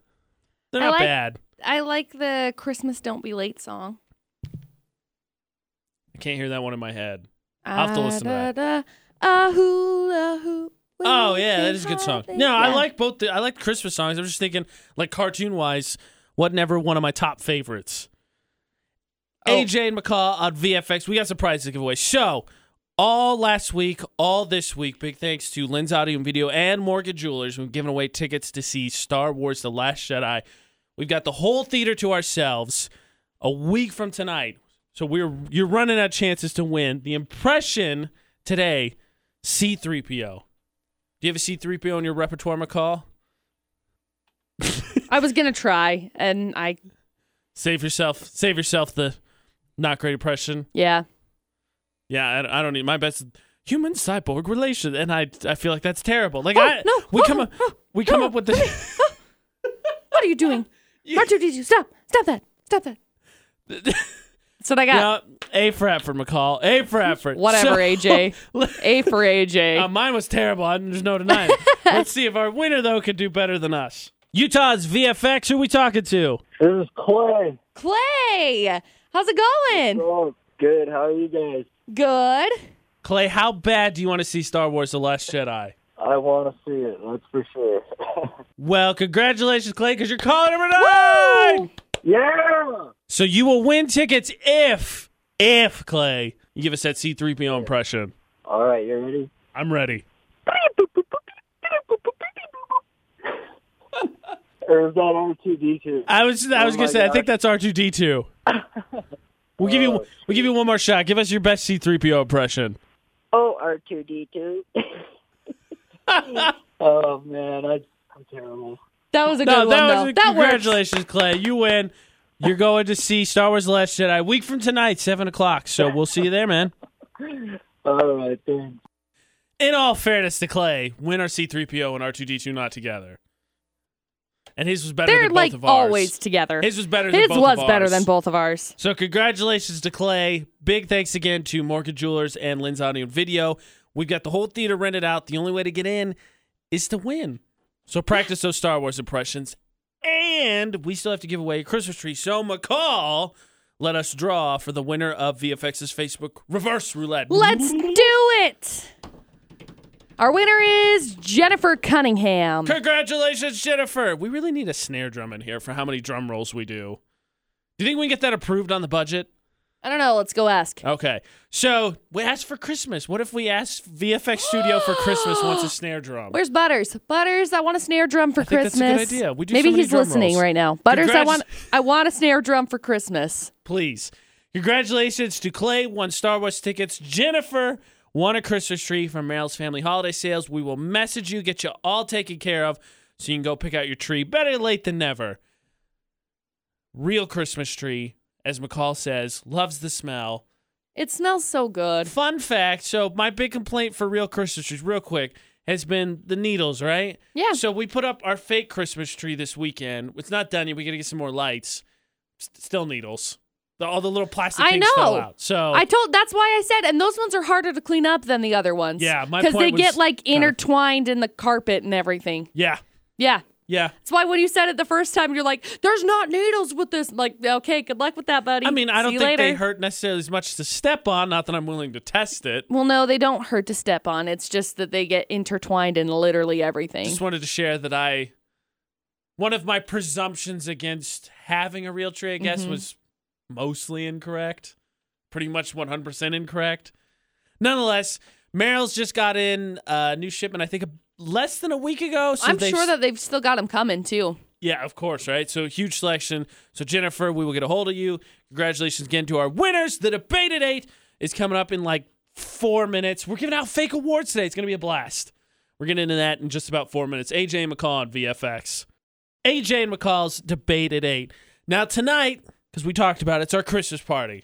S1: They're
S2: I
S1: not
S2: like-
S1: bad.
S2: I like the Christmas Don't Be Late song.
S1: I can't hear that one in my head. I'll have to listen to that.
S2: Ah-da-da, ah-hoo, ah-hoo,
S1: Oh
S2: we
S1: yeah,
S2: can
S1: that is a good song.
S2: hardly-
S1: No, I
S2: Yeah.
S1: like both. The, I like Christmas songs. I'm just thinking, like cartoon wise, what never one of my top favorites.
S2: Oh.
S1: AJ and McCall on VFX. We got some prizes to give away. So all last week, all this week. Big thanks to Lens Audio and Video and Morgan Jewelers. We've given away tickets to see Star Wars: The Last Jedi. We've got the whole theater to ourselves a week from tonight. So we're you're running out of chances to win. The impression today, C3PO. Do you have a C3PO in your repertoire, McCall?
S2: I was gonna try, and I
S1: Save yourself, save yourself the not great impression.
S2: yeah.
S1: Yeah, I, don't- I don't need my best human cyborg relation, and I I feel like that's terrible. Like
S2: Oh,
S1: I
S2: no.
S1: we
S2: Oh,
S1: come up
S2: oh,
S1: we come
S2: oh,
S1: up with the
S2: What are you doing?
S1: You-
S2: R two D two, stop! Stop that! Stop that! That's what I got.
S1: yeah, A for effort, McCall. A for effort.
S2: Whatever, AJ.
S1: AJ.
S2: A for AJ.
S1: Uh, mine was terrible. I, there's no denying. it. Let's see if our winner though could do better than us. Utah's VFX. Who we talking to?
S3: This is Clay.
S2: Clay, how's it going?
S3: Oh, good. How are you guys?
S2: Good.
S1: Clay. How bad do you want to see Star Wars: The Last Jedi?
S3: I want to see it. That's for sure.
S1: Well, congratulations, Clay, because you're calling number nine.
S3: yeah.
S1: So you will win tickets if, if Clay You give us that C3PO impression.
S3: All right, you ready?
S1: I'm ready.
S3: Or is that R2D2?
S1: I was I was
S3: Oh
S1: gonna
S3: my
S1: say I think
S3: God.
S1: that's R2D2. we'll give you
S3: Oh,
S1: we'll give you one more shot. Give us your best C3PO impression.
S4: Oh, R2D2.
S3: Oh man, I, I'm terrible.
S2: That was a good
S1: No,
S2: one.
S1: that was a-
S2: though. that worked.
S1: congratulations, Clay. You win. You're going to see Star Wars: The Last Jedi week from tonight, seven o'clock. So we'll see you there, man.
S3: All right, thanks.
S1: In all fairness to Clay, when are C3PO and R2D2 not together? And his was better
S2: They're
S1: than both
S2: like
S1: of ours.
S2: always together.
S1: His was better than
S2: His
S1: both
S2: was
S1: of
S2: better
S1: ours.
S2: than both of ours.
S1: So congratulations to Clay. Big thanks again to Morgan Jewelers and Lens Audio and Video. We've got the whole theater rented out. The only way to get in is to win. So practice those Star Wars impressions. And we still have to give away a Christmas tree. So McCall, let us draw for the winner of VFX's Facebook reverse roulette.
S2: Let's do it. Our winner is Jennifer Cunningham.
S1: Congratulations, Jennifer. We really need a snare drum in here for how many drum rolls we do. Do you think we can get that approved on the budget?
S2: I don't know. Let's go ask.
S1: Okay. So we asked for Christmas. What if we asked VFX Studio for Christmas once a snare drum?
S2: Where's Butters? Butters, I want a snare drum for
S1: think that's a
S2: Christmas.
S1: good idea. We do
S2: Maybe
S1: so many
S2: he's
S1: drum
S2: listening
S1: rolls.
S2: right now. Butters, I
S1: Congrats-
S2: want I want a snare drum for Christmas.
S1: Please. Congratulations to Clay, won Star Wars tickets. Jennifer won a Christmas tree from Merrill's Family Holiday Sales. We will message you, get you all taken care of so you can go pick out your tree. Better late than never. Real Christmas tree, as McCall says, loves the smell.
S2: It smells so good.
S1: Fun fact. So my big complaint for real Christmas trees, real quick, has been the needles, right?
S2: Yeah.
S1: So we put up our fake Christmas tree this weekend. It's not done yet. We gotta get some more lights. S- still needles. The, all the little plastic
S2: I
S1: things fell
S2: know.
S1: out. So
S2: I told that's why I said and those ones are harder to clean up than the other ones.
S1: Yeah, my
S2: Cuz
S1: point
S2: they get
S1: was
S2: like
S1: kinda-
S2: intertwined in the carpet and everything.
S1: yeah,
S2: Yeah.
S1: yeah.
S2: That's why when you said it the first time you're like there's not needles with this like okay, good luck with that buddy.
S1: I mean, I
S2: See
S1: don't
S2: you
S1: think
S2: later.
S1: they hurt necessarily as much to step on. Not that I'm willing to test it.
S2: Well, no, they don't hurt to step on. It's just that they get intertwined in literally everything.
S1: Just wanted to share that I, one of my presumptions against having a real tree, I
S2: Mm-hmm.
S1: guess, was mostly incorrect. Pretty much 100% incorrect. Nonetheless, Merrill's just got in a new shipment, I think a, less than a week ago. So
S2: I'm
S1: they've-
S2: sure that they've still got them coming too.
S1: Yeah, of course, right? So huge selection. So Jennifer, we will get a hold of you. Congratulations again to our winners. The debate at eight is coming up in like four minutes. We're giving out fake awards today. It's gonna be a blast. We're getting into that in just about four minutes. AJ and McCall on VFX. AJ and McCall's debate at eight. Now tonight, because we talked about it, it's our Christmas party.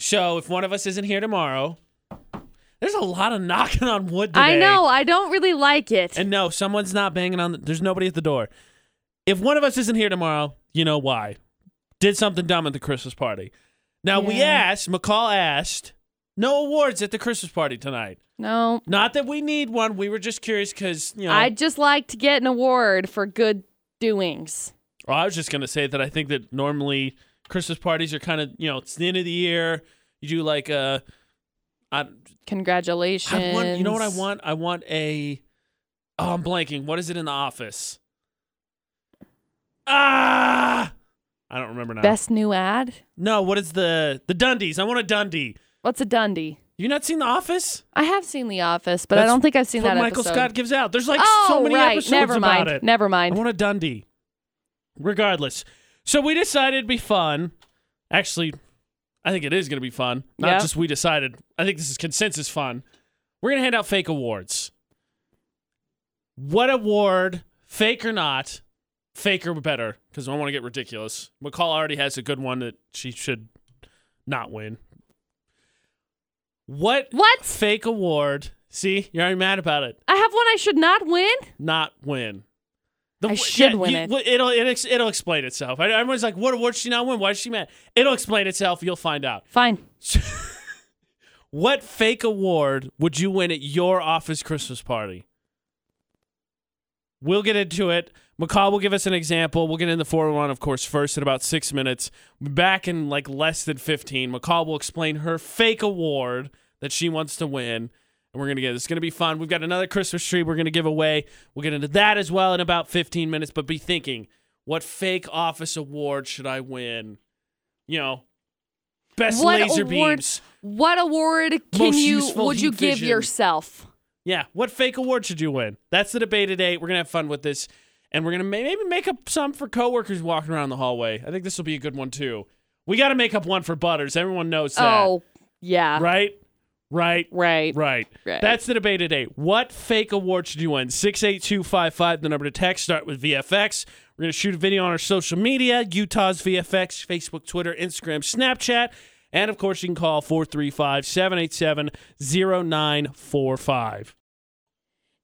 S1: So if one of us isn't here tomorrow, there's a lot of knocking on wood today.
S2: I know. I don't really like it.
S1: And no, someone's not banging on the there's nobody at the door. If one of us isn't here tomorrow, you know why. Did something dumb at the Christmas party. Now we
S2: Yeah.
S1: asked, McCall asked, no awards at the Christmas party tonight.
S2: no,
S1: Not that we need one. We were just curious because, you know,
S2: I'd just like to get an award for good doings.
S1: well, I was just going to say that I think that normally Christmas parties are kind of, you know, it's the end of the year. You do like a, I,
S2: Congratulations.
S1: I want, you know what I want? I want a, oh, I'm blanking. What is it in the office? Ah! I don't remember now.
S2: Best new ad?
S1: No, what is the the Dundies? I want a Dundee.
S2: What's a Dundee?
S1: You not seen The Office?
S2: I have seen The Office, but I
S1: That's
S2: don't think I've seen
S1: what
S2: that
S1: Michael
S2: episode.
S1: Scott gives out. There's like
S2: oh,
S1: so many
S2: right.
S1: episodes
S2: Never
S1: about
S2: mind.
S1: it.
S2: Never
S1: I
S2: mind.
S1: want a Dundee. Regardless, so we decided it'd be fun. Actually, I think it is going to be fun. Not
S2: Yeah.
S1: just we decided. I think this is consensus fun. We're going to hand out fake awards. What award, fake or not, fake or better? Because I want to get ridiculous. McCall already has a good one that she should not win. What
S2: What?
S1: fake award? See, you're already mad about it
S2: I have one I should not win?
S1: not win. The,
S2: I should win it.
S1: w- It'll it, ex- it'll explain itself. I- Everyone's like, "What award did she not win? Why is she mad?" It'll explain itself. You'll find out.
S2: Fine.
S1: What fake award would you win at your office Christmas party? We'll get into it. McCall will give us an example. We'll get into 401, of course, first in about six minutes. Back in like less than 15, McCall will explain her fake award that she wants to win. And we're going to get it's going to be fun. We've got another Christmas tree we're going to give away. We'll get into that as well in about 15 minutes. But be thinking, what fake office award should I win? You know, Best
S2: What
S1: laser
S2: award-
S1: beams.
S2: What award can
S1: Most
S2: you
S1: useful
S2: would you
S1: heat
S2: give
S1: vision.
S2: yourself?
S1: Yeah. What fake award should you win? That's the debate today. We're gonna have fun with this, and we're gonna ma- maybe make up some for coworkers walking around the hallway. I think this will be a good one too. We got to make up one for Butters. Everyone knows that.
S2: Oh, yeah.
S1: Right. Right.
S2: Right.
S1: Right.
S2: Right.
S1: That's the debate today. What fake award should you win? 68255, the number to text. Start with VFX. We're going to shoot a video on our social media Utah's VFX, Facebook, Twitter, Instagram, Snapchat. And of course, you can call 435 787 0945.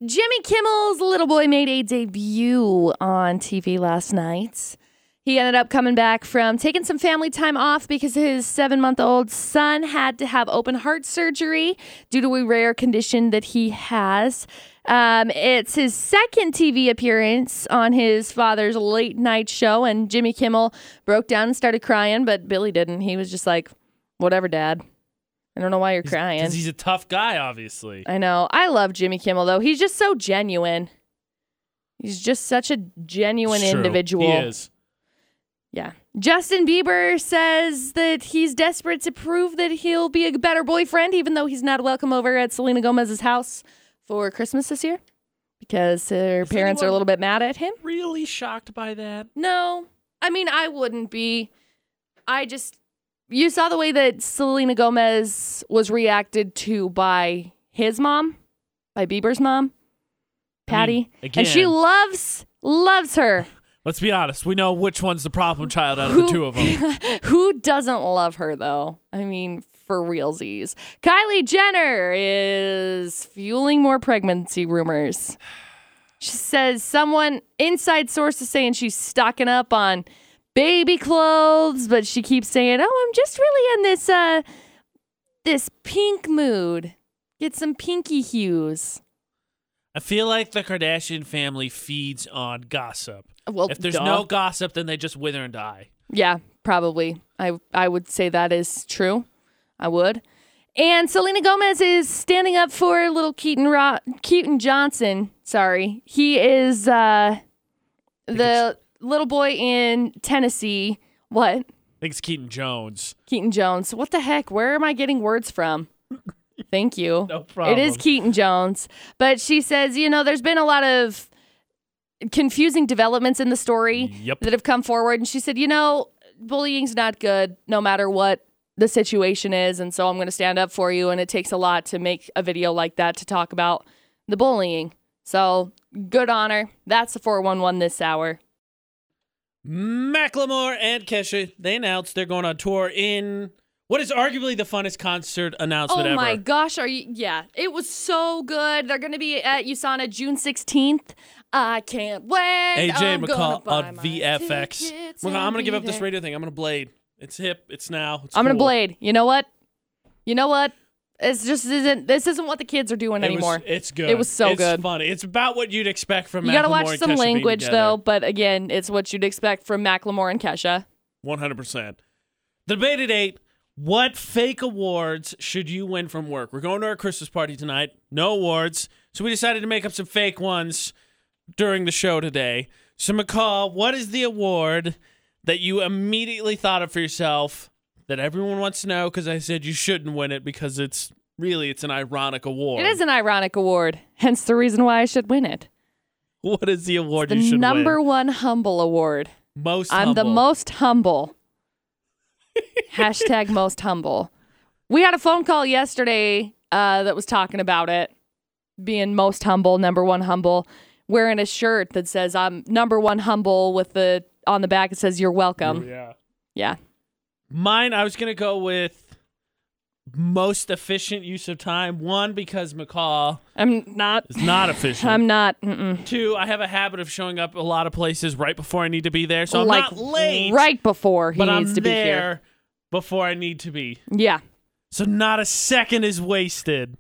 S2: Jimmy Kimmel's Little Boy made a debut on TV last night. He ended up coming back from taking some family time off because his seven month old son had to have open heart surgery due to a rare condition that he has. Um, it's his second TV appearance on his father's late night show, and Jimmy Kimmel broke down and started crying, but Billy didn't. He was just like, whatever, dad. I don't know why you're crying.
S1: Because he's a tough guy, obviously.
S2: I know. I love Jimmy Kimmel though. He's just so genuine. He's just such a genuine
S1: It's true.
S2: individual.
S1: He is.
S2: Yeah. Justin Bieber says that he's desperate to prove that he'll be a better boyfriend, even though he's not welcome over at Selena Gomez's house for Christmas this year because her
S1: Is
S2: parents are a
S1: anyone-
S2: little bit mad at him.
S1: Really shocked by that.
S2: No, I mean I wouldn't be. I just you saw the way that Selena Gomez was reacted to by his mom, by Bieber's mom, Patty,
S1: again,
S2: and she loves loves her.
S1: let's be honest. We know which one's the problem child out of the two of them.
S2: Who doesn't love her though? I mean, for realsies. Kylie Jenner is fueling more pregnancy rumors. She says someone inside source is saying she's stocking up on baby clothes, but she keeps saying, "Oh, I'm just really in this uh this pink mood. Get some pinky hues."
S1: I feel like the Kardashian family feeds on gossip.
S2: Well,
S1: If there's
S2: duh.
S1: no gossip, then they just wither and die.
S2: Yeah, probably. I I would say that is true. I would. And Selena Gomez is standing up for little Keaton Ro- Keaton Johnson. Sorry, he is uh, the little boy in Tennessee. What
S1: I think it's Keaton Jones.
S2: Keaton Jones? What the heck? Where am I getting words from? Thank you.
S1: No
S2: It is Keaton Jones. But she says, you know, there's been a lot of confusing developments in the story
S1: Yep.
S2: that have come forward. And she said, you know, bullying's not good no matter what the situation is. And so I'm going to stand up for you. And it takes a lot to make a video like that to talk about the bullying. So good honor. That's the 411 this hour.
S1: Macklemore and Kesha, they announced they're going on tour in what is arguably the funnest concert announcement
S2: oh
S1: ever.
S2: my gosh, are you yeah, it was so good. They're gonna be at USANA June sixteenth. I can't wait.
S1: AJ
S2: I'm gonna
S1: McCall
S2: buy
S1: on
S2: my
S1: VFX.
S2: tickets
S1: Look, I'm
S2: and
S1: gonna give
S2: be
S1: up this
S2: there.
S1: radio thing. I'm gonna blade. It's hip. It's now. It's
S2: I'm gonna
S1: cool.
S2: blade. You know what? You know what? It's just isn't this isn't what the kids are doing
S1: It was-
S2: anymore.
S1: it's good.
S2: It was so
S1: it's
S2: good.
S1: Funny. It's about what you'd expect from.
S2: you gotta
S1: Macklemore
S2: watch
S1: and
S2: some
S1: Kesha being
S2: language
S1: together.
S2: though, but again, it's what you'd expect from Macklemore and Kesha.
S1: One hundred percent. The debate at eight. What fake awards should you win from work? We're going to our Christmas party tonight. No awards, so we decided to make up some fake ones during the show today. So McCall, what is the award that you immediately thought of for yourself that everyone wants to know? Because I said you shouldn't win it because it's really it's an ironic award.
S2: It is an ironic award, hence the reason why I should win it.
S1: What is the award
S2: The
S1: you should
S2: number
S1: win?
S2: one humble award.
S1: Most.
S2: I'm the
S1: humble.
S2: most humble. Hashtag most humble. We had a phone call yesterday uh, that was talking about it being most humble, number one humble, wearing a shirt that says I'm number one humble with the on the back it says you're welcome.
S1: Yeah.
S2: yeah.
S1: Mine, I was gonna go with most efficient use of time. One, because McCall
S2: I'm not.
S1: is not efficient.
S2: I'm not. Mm-mm.
S1: Two, I have a habit of showing up a lot of places right before I need to be there, so I'm
S2: like
S1: not late,
S2: right before he
S1: but
S2: needs
S1: I'm
S2: to
S1: there before I need to be.
S2: be here. Yeah.
S1: So not a second is wasted.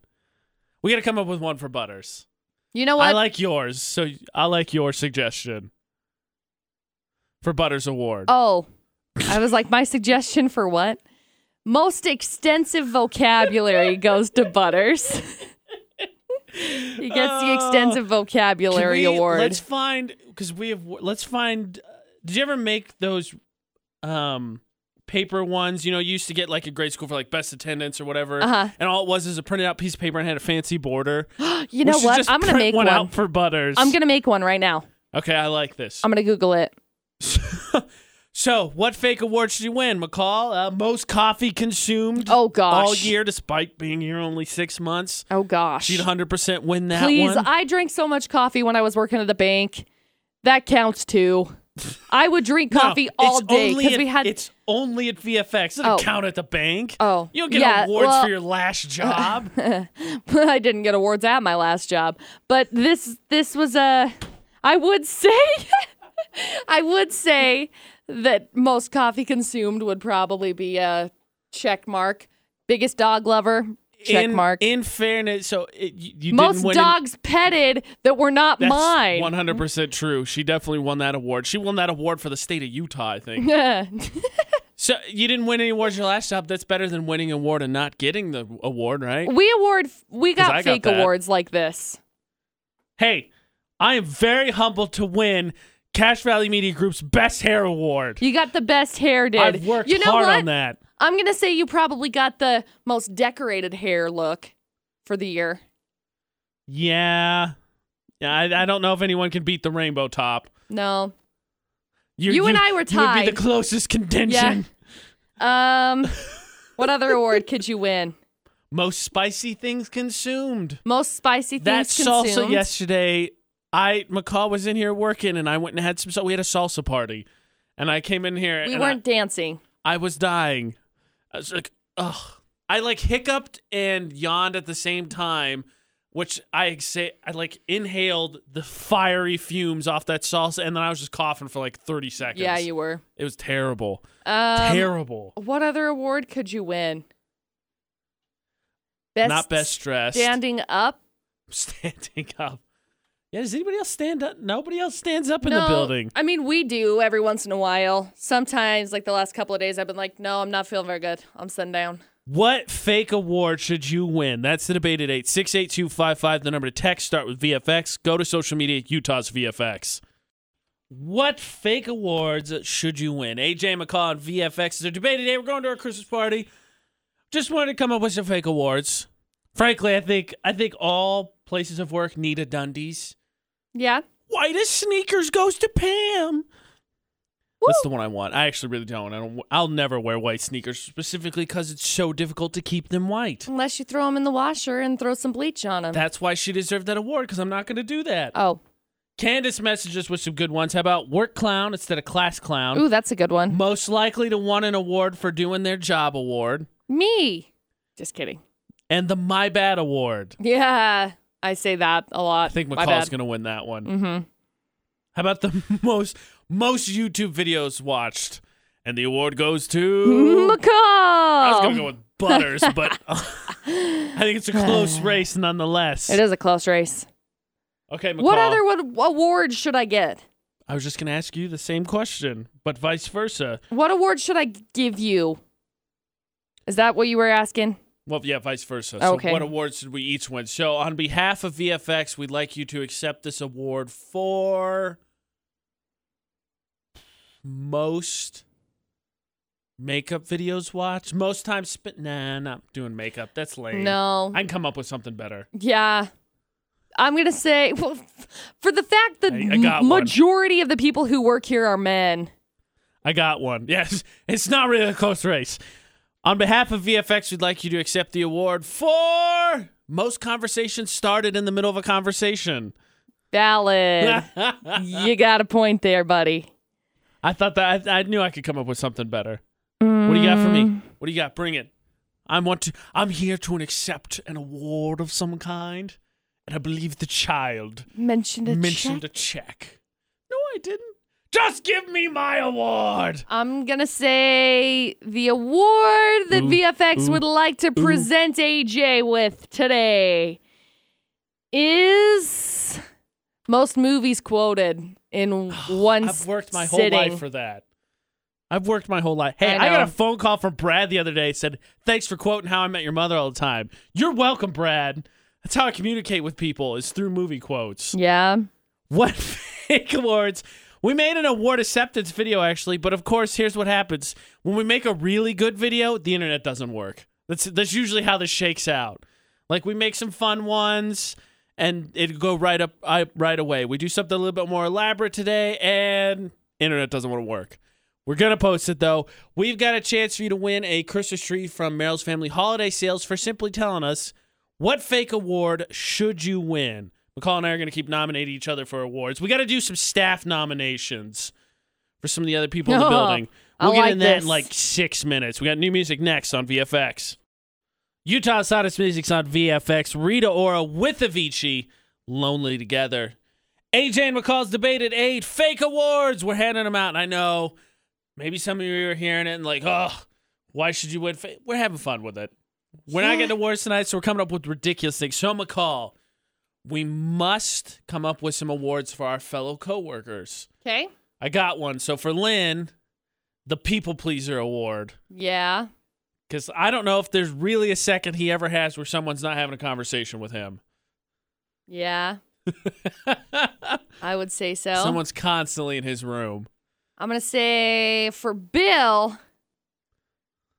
S1: We gotta come up with one for Butters.
S2: You know what?
S1: I like yours, so I like your suggestion for Butters Award.
S2: oh, I was like my suggestion for what? Most extensive vocabulary goes to Butters. He gets the extensive
S1: Oh, Can
S2: vocabulary
S1: we-
S2: award.
S1: Let's find because we have. Let's find. Did you ever make those um, paper ones. You know, you used to get like a grade school for like best attendance or whatever.
S2: Uh-huh.
S1: And all it was is a printed out piece of paper and had a fancy border.
S2: You know what? I'm
S1: going
S2: gonna
S1: to
S2: make one.
S1: one, out for Butters.
S2: I'm gonna make one right now.
S1: Okay, I like this.
S2: I'm gonna Google it.
S1: so, what fake award should you win, McCall? Uh, most coffee consumed
S2: Oh gosh.
S1: all year, despite being here only six months.
S2: Oh gosh.
S1: She'd 100% win that
S2: Please,
S1: one.
S2: I drank so much coffee when I was working at the bank. That counts too. I would drink
S1: No,
S2: coffee all
S1: it's
S2: day
S1: only
S2: because
S1: at-
S2: we had.
S1: It's only at VFX. It doesn't
S2: Oh.
S1: count at the bank.
S2: Oh,
S1: You don't get
S2: yeah,
S1: awards
S2: well-
S1: for your last job.
S2: I didn't get awards at my last job, but this this was a. I would say, I would say that most coffee consumed would probably be a check mark. Biggest dog lover check
S1: in,
S2: mark.
S1: In fairness, so it, you, you
S2: most
S1: didn't win. in-
S2: dogs petted that were not
S1: that's
S2: mine.
S1: 100% true. She definitely won that award. She won that award for the state of Utah, I think. so you didn't win any awards your last job. That's better than winning an award and not getting the award, right?
S2: we award we
S1: 'Cause I got
S2: got fake
S1: that.
S2: awards like this.
S1: Hey, I am very humbled to win Cash Valley Media Group's Best Hair Award.
S2: You got the best hair, dude.
S1: I've worked
S2: you know
S1: hard
S2: what?
S1: on that.
S2: I'm gonna say you probably got the most decorated hair look for the year.
S1: Yeah. Yeah, I, I don't know if anyone can beat the rainbow top.
S2: No,
S1: You're,
S2: You and I
S1: You
S2: were
S1: would be
S2: tied.
S1: the closest contention.
S2: Um, what other award could you win?
S1: Most spicy things consumed.
S2: Most spicy things
S1: That salsa
S2: consumed.
S1: yesterday, I McCall was in here working, and I went and had some. So we had a salsa party, and I came in here.
S2: We
S1: and
S2: weren't dancing.
S1: I, I was dying. I was like, ugh. I like hiccuped and yawned at the same time, which I exa- I like inhaled the fiery fumes off that salsa, and then I was just coughing for like thirty seconds.
S2: Yeah, you were.
S1: It was terrible.
S2: Um,
S1: terrible.
S2: What other award could you win? Best
S1: Not best dressed.
S2: standing up.
S1: standing up. Yeah, does anybody else stand up? Nobody else stands up in
S2: no,
S1: the building.
S2: I mean, we do every once in a while. Sometimes, like the last couple of days, I've been like, no, I'm not feeling very good. I'm sitting down.
S1: What fake award should you win? That's the debate at 8. 68255, the number to text. Start with VFX. Go to social media, Utah's VFX. What fake awards should you win? AJ McCall and VFX is our debate today. We're going to our Christmas party. Just wanted to come up with some fake awards. Frankly, I think I think all places of work need a Dundies.
S2: Yeah.
S1: Whitest sneakers goes to Pam. That's the one I want. I actually really don't. I don't. I'll never wear white sneakers specifically because it's so difficult to keep them white.
S2: Unless you throw them in the washer and throw some bleach on them.
S1: That's why she deserved that award because I'm not going to do that.
S2: oh,
S1: Candace messages with some good ones. How about work clown instead of class clown?
S2: ooh, that's a good one.
S1: Most likely to won an award for doing their job award
S2: Me. Just kidding.
S1: and the my bad award.
S2: Yeah, I say that a lot.
S1: I think
S2: My
S1: McCall's
S2: bad.
S1: going to win that one.
S2: Mm-hmm.
S1: How about the most most YouTube videos watched? And the award goes to
S2: McCall.
S1: I was
S2: Oh.
S1: gonna go with Butters, but uh, I think it's a close race nonetheless.
S2: It is a close race.
S1: Okay, McCall.
S2: What other would, award should I get?
S1: I was just gonna ask you the same question, but vice versa.
S2: What award should I give you? Is that what you were asking?
S1: Well, yeah, vice versa. So,
S2: Okay.
S1: what awards did we each win? So, on behalf of VFX, we'd like you to accept this award for most makeup videos watched. Most time spent. Nah, not doing makeup. That's lame.
S2: No.
S1: I can come up with something better.
S2: yeah. I'm going to say, well, f- for the fact that
S1: I- I got
S2: m-
S1: one.
S2: majority of the people who work here are men.
S1: I got one. Yes, it's not really a close race. On behalf of VFX, we'd like you to accept the award for most conversations started in the middle of a conversation.
S2: Valid.
S1: I
S2: you got a point there, buddy.
S1: thought that I, I knew I could come up with something better. What do you got for me? What do you got? Bring it. I want to. I'm here to an accept an award of some kind, and I believe the child
S2: Mentioned a
S1: mentioned
S2: check.
S1: a check. No, I didn't. Just give me my award.
S2: I'm going to say the award that
S1: Ooh,
S2: VFX
S1: ooh,
S2: would like to present AJ with today is most movies quoted in one
S1: I've worked my whole
S2: sitting.
S1: life for that. I've worked my whole life. Hey,
S2: I
S1: I, got a
S2: know.
S1: phone call from Brad the other day. Said thanks for quoting How I Met Your Mother all the time. You're welcome, Brad. That's how I communicate with people is through movie quotes.
S2: Yeah.
S1: What fake awards We made an award acceptance video actually, but of course, here's what happens. When we make a really good video, the internet doesn't work. That's that's usually how this shakes out. Like we make some fun ones and it go right up I, right away. We do something a little bit more elaborate today and internet doesn't want to work. We're going to post it though. We've got a chance for you to win a Christmas tree from Merrill's Family Holiday Sales for simply telling us what fake award should you win? McCall and I are going to keep nominating each other for awards. We got to do some staff nominations for some of the other people in the
S2: Oh,
S1: building.
S2: I
S1: We'll get
S2: like
S1: in that
S2: this.
S1: in like six minutes. We got new music next on VFX. Utah's hottest music's on VFX. Rita Ora with Avicii, Lonely Together. AJ and McCall's debate at eight. Fake awards. We're handing them out. And I know maybe some of you are hearing it and like, oh, why should you win? Fa-? We're having fun with it. We're not
S2: Yeah.
S1: getting awards tonight, so we're coming up with ridiculous things. So McCall, we must come up with some awards for our fellow coworkers.
S2: Okay.
S1: I got one. So for Lynn, the People Pleaser Award.
S2: Yeah.
S1: Because I don't know if there's really a second he ever has where someone's not having a conversation with him.
S2: Yeah. I would say so.
S1: Someone's constantly in his room.
S2: I'm gonna say for Bill,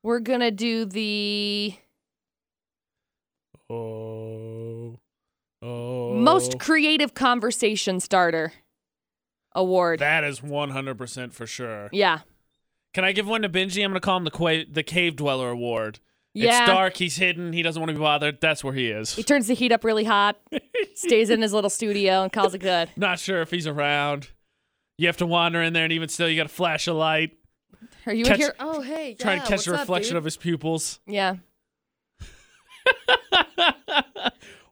S2: we're gonna do the
S1: Oh. Oh.
S2: most creative conversation starter award.
S1: That is 100% for sure.
S2: yeah.
S1: Can I give one to Benji? I'm going to call him the, qua- the Cave Dweller Award.
S2: Yeah.
S1: It's dark. He's hidden. He doesn't want to be bothered. That's where he is.
S2: He turns the heat up really hot, stays in his little studio, and calls it good.
S1: Not sure if he's around. You have to wander in there, and even still, you got to flash a light,
S2: Are you
S1: Catch-
S2: in here? Oh, hey.
S1: try and
S2: yeah,
S1: catch the
S2: what's up,
S1: reflection
S2: dude?
S1: of his pupils.
S2: Yeah.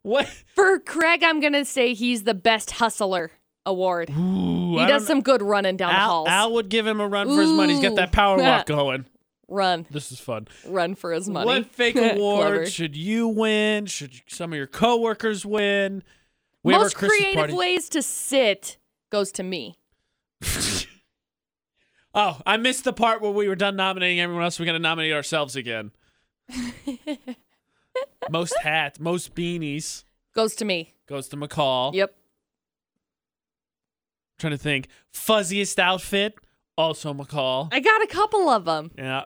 S1: what?
S2: For Craig, I'm gonna say he's the best hustler award.
S1: Ooh,
S2: he
S1: I don't
S2: does
S1: know.
S2: some good running down the
S1: Al,
S2: halls.
S1: Al would give him a run for his money. He's got
S2: Ooh.
S1: that power walk going.
S2: run,
S1: This is fun.
S2: run for his money.
S1: What fake
S2: Clever.
S1: award should you win? Should some of your coworkers win? We have our
S2: Most
S1: Christmas
S2: creative
S1: party.
S2: ways to sit goes to me.
S1: Oh, I missed the part where we were done nominating everyone else. We're going to nominate ourselves again. most hats, most beanies
S2: Goes to me.
S1: goes to McCall.
S2: Yep.
S1: Trying to think. Fuzziest outfit, also McCall.
S2: I got a couple of them.
S1: Yeah.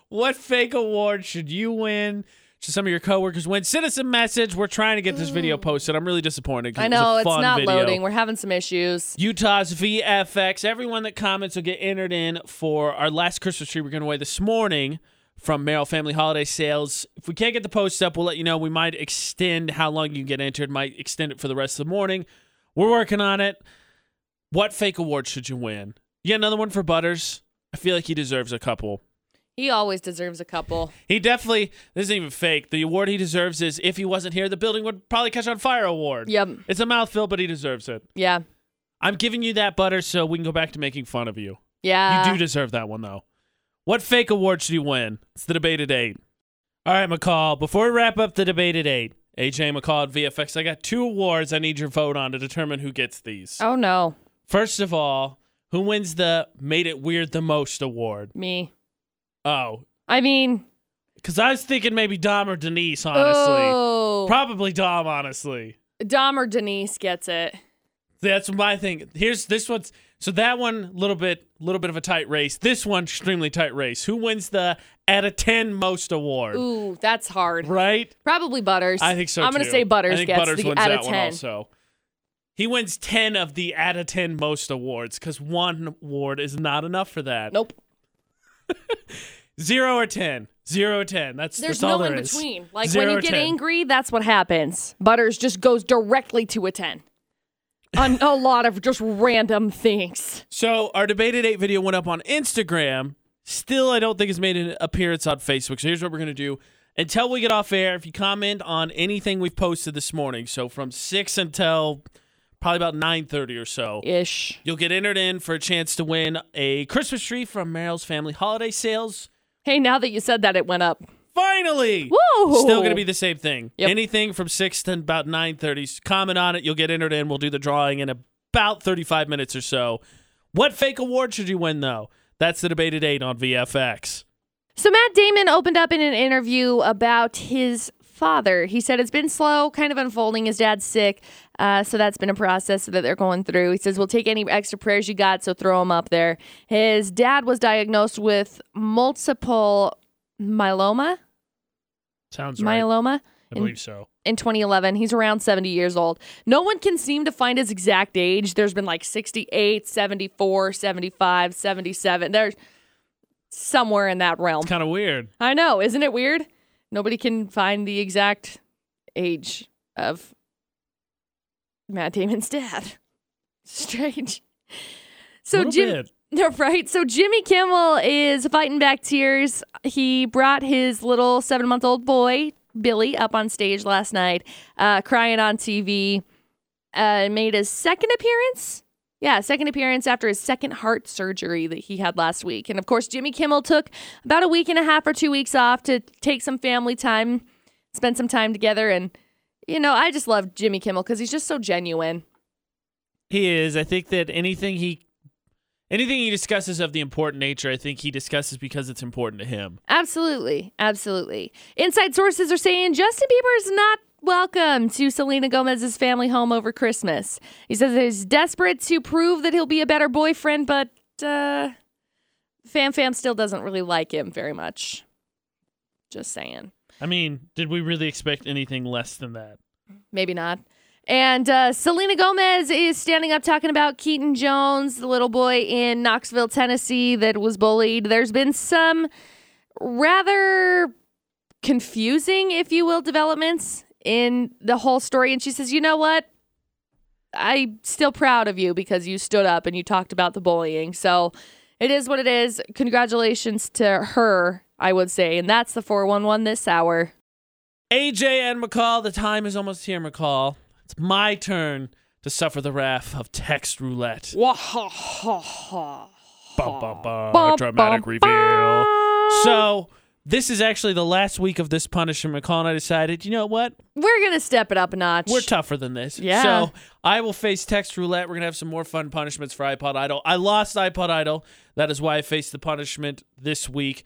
S1: what fake award should you win? Should some of your coworkers win? Send us a message. We're trying to get this video posted. I'm really disappointed. 'cause
S2: I
S1: it was a
S2: know it's
S1: fun
S2: not
S1: video.
S2: loading. We're having some issues.
S1: Utah's VFX. Everyone that comments will get entered in for our last Christmas tree we're giving away this morning from Merrill Family Holiday Sales. If we can't get the post up, we'll let you know. We might extend how long you can get entered. Might extend it for the rest of the morning. We're working on it. What fake award should you win? You got another one for Butters. I feel like he deserves a couple.
S2: He always deserves a couple.
S1: He definitely this isn't even fake. The award he deserves is if he wasn't here, the building would probably catch on fire award.
S2: Yep.
S1: It's a mouthful, but he deserves it.
S2: Yeah.
S1: I'm giving you that butter so we can go back to making fun of you.
S2: Yeah.
S1: you do deserve that one though. What fake award should you win? It's the debate at eight. All right, McCall. Before we wrap up the debate at eight, AJ McCall at VFX, I got two awards I need your vote on to determine who gets these.
S2: oh no,
S1: First of all, who wins the Made It Weird the Most award?
S2: me.
S1: Oh,
S2: I mean,
S1: because I was thinking maybe Dom or Denise, honestly.
S2: oh,
S1: Probably Dom, honestly.
S2: Dom or Denise gets it.
S1: That's my thing. Here's this one's so that one little bit little bit of a tight race. This one extremely tight race. Who wins the out of ten most award?
S2: Ooh, that's hard.
S1: Right?
S2: Probably Butters.
S1: I think so.
S2: I'm gonna
S1: too.
S2: say Butters
S1: I think
S2: gets
S1: Butters
S2: the
S1: wins
S2: out
S1: that
S2: of
S1: one
S2: ten.
S1: also. He wins ten of the out of ten most awards because one award is not enough for that.
S2: Nope.
S1: Zero or ten. Zero or ten. That's
S2: There's
S1: that's all
S2: no in
S1: there is.
S2: between. Like
S1: Zero
S2: when
S1: or
S2: you get
S1: 10.
S2: angry, that's what happens. Butters just goes directly to a ten on a lot of just random things.
S1: So our debated eight video went up on Instagram. Still, I don't think it's made an appearance on Facebook. So here's what we're gonna do. Until we get off air, if you comment on anything we've posted this morning, so from six until probably about nine thirty or so,
S2: Ish.
S1: you'll get entered in for a chance to win a Christmas tree from Merrill's Family Holiday Sales.
S2: Hey, now that you said that, it went up.
S1: Finally,
S2: Whoa.
S1: still gonna be the same thing.
S2: Oh. Yep.
S1: Anything from six to about nine thirty. Comment on it. You'll get entered in. We'll do the drawing in about thirty five minutes or so. What fake award should you win though? That's the debate at eight on VFX.
S2: So Matt Damon opened up in an interview about his father. He said it's been slow, kind of unfolding. His dad's sick, uh, so that's been a process that they're going through. He says, We'll take any extra prayers you got, so throw them up there. His dad was diagnosed with multiple myeloma,
S1: Sounds right.
S2: myeloma
S1: I believe so.
S2: in 2011. He's around 70 years old. No one can seem to find his exact age. There's been like 68, 74, 75, 77. There's somewhere in that realm.
S1: It's kind of weird.
S2: I know. Isn't it weird? Nobody can find the exact age of Matt Damon's dad. Strange. So
S1: Little
S2: Jim,
S1: bit.
S2: no, right. So Jimmy Kimmel is fighting back tears. He brought his little seven month old boy, Billy, up on stage last night, uh, crying on TV. Uh, made his second appearance. Yeah, second appearance after his second heart surgery that he had last week. And of course, Jimmy Kimmel took about a week and a half or two weeks off to take some family time, spend some time together. And, you know, I just love Jimmy Kimmel because he's just so genuine.
S1: He is. I think that anything he anything he discusses of the important nature, I think he discusses because it's important to him.
S2: Absolutely. Absolutely. Inside sources are saying Justin Bieber is not welcome to Selena Gomez's family home over Christmas. He says that he's desperate to prove that he'll be a better boyfriend, but uh, Fam Fam still doesn't really like him very much. Just saying.
S1: I mean, did we really expect anything less than that?
S2: Maybe not. And uh, Selena Gomez is standing up talking about Keaton Jones, the little boy in Knoxville, Tennessee, that was bullied. There's been some rather confusing, if you will, developments in the whole story. And she says, You know what? I'm still proud of you because you stood up and you talked about the bullying. So it is what it is. Congratulations to her, I would say. And that's the 411 this hour.
S1: AJ and McCall, the time is almost here, McCall. It's my turn to suffer the wrath of text roulette.
S2: Wah, ha, ha, ha.
S1: Bum, bum, bum,
S2: Bum,
S1: dramatic
S2: bum,
S1: reveal.
S2: bum.
S1: So this is actually the last week of this punishment. McCall and I decided, you know what?
S2: We're gonna step it up a notch.
S1: We're tougher than this.
S2: Yeah.
S1: So I will face text roulette. We're gonna have some more fun punishments for iPod Idol. I lost iPod Idol. That is why I faced the punishment this week.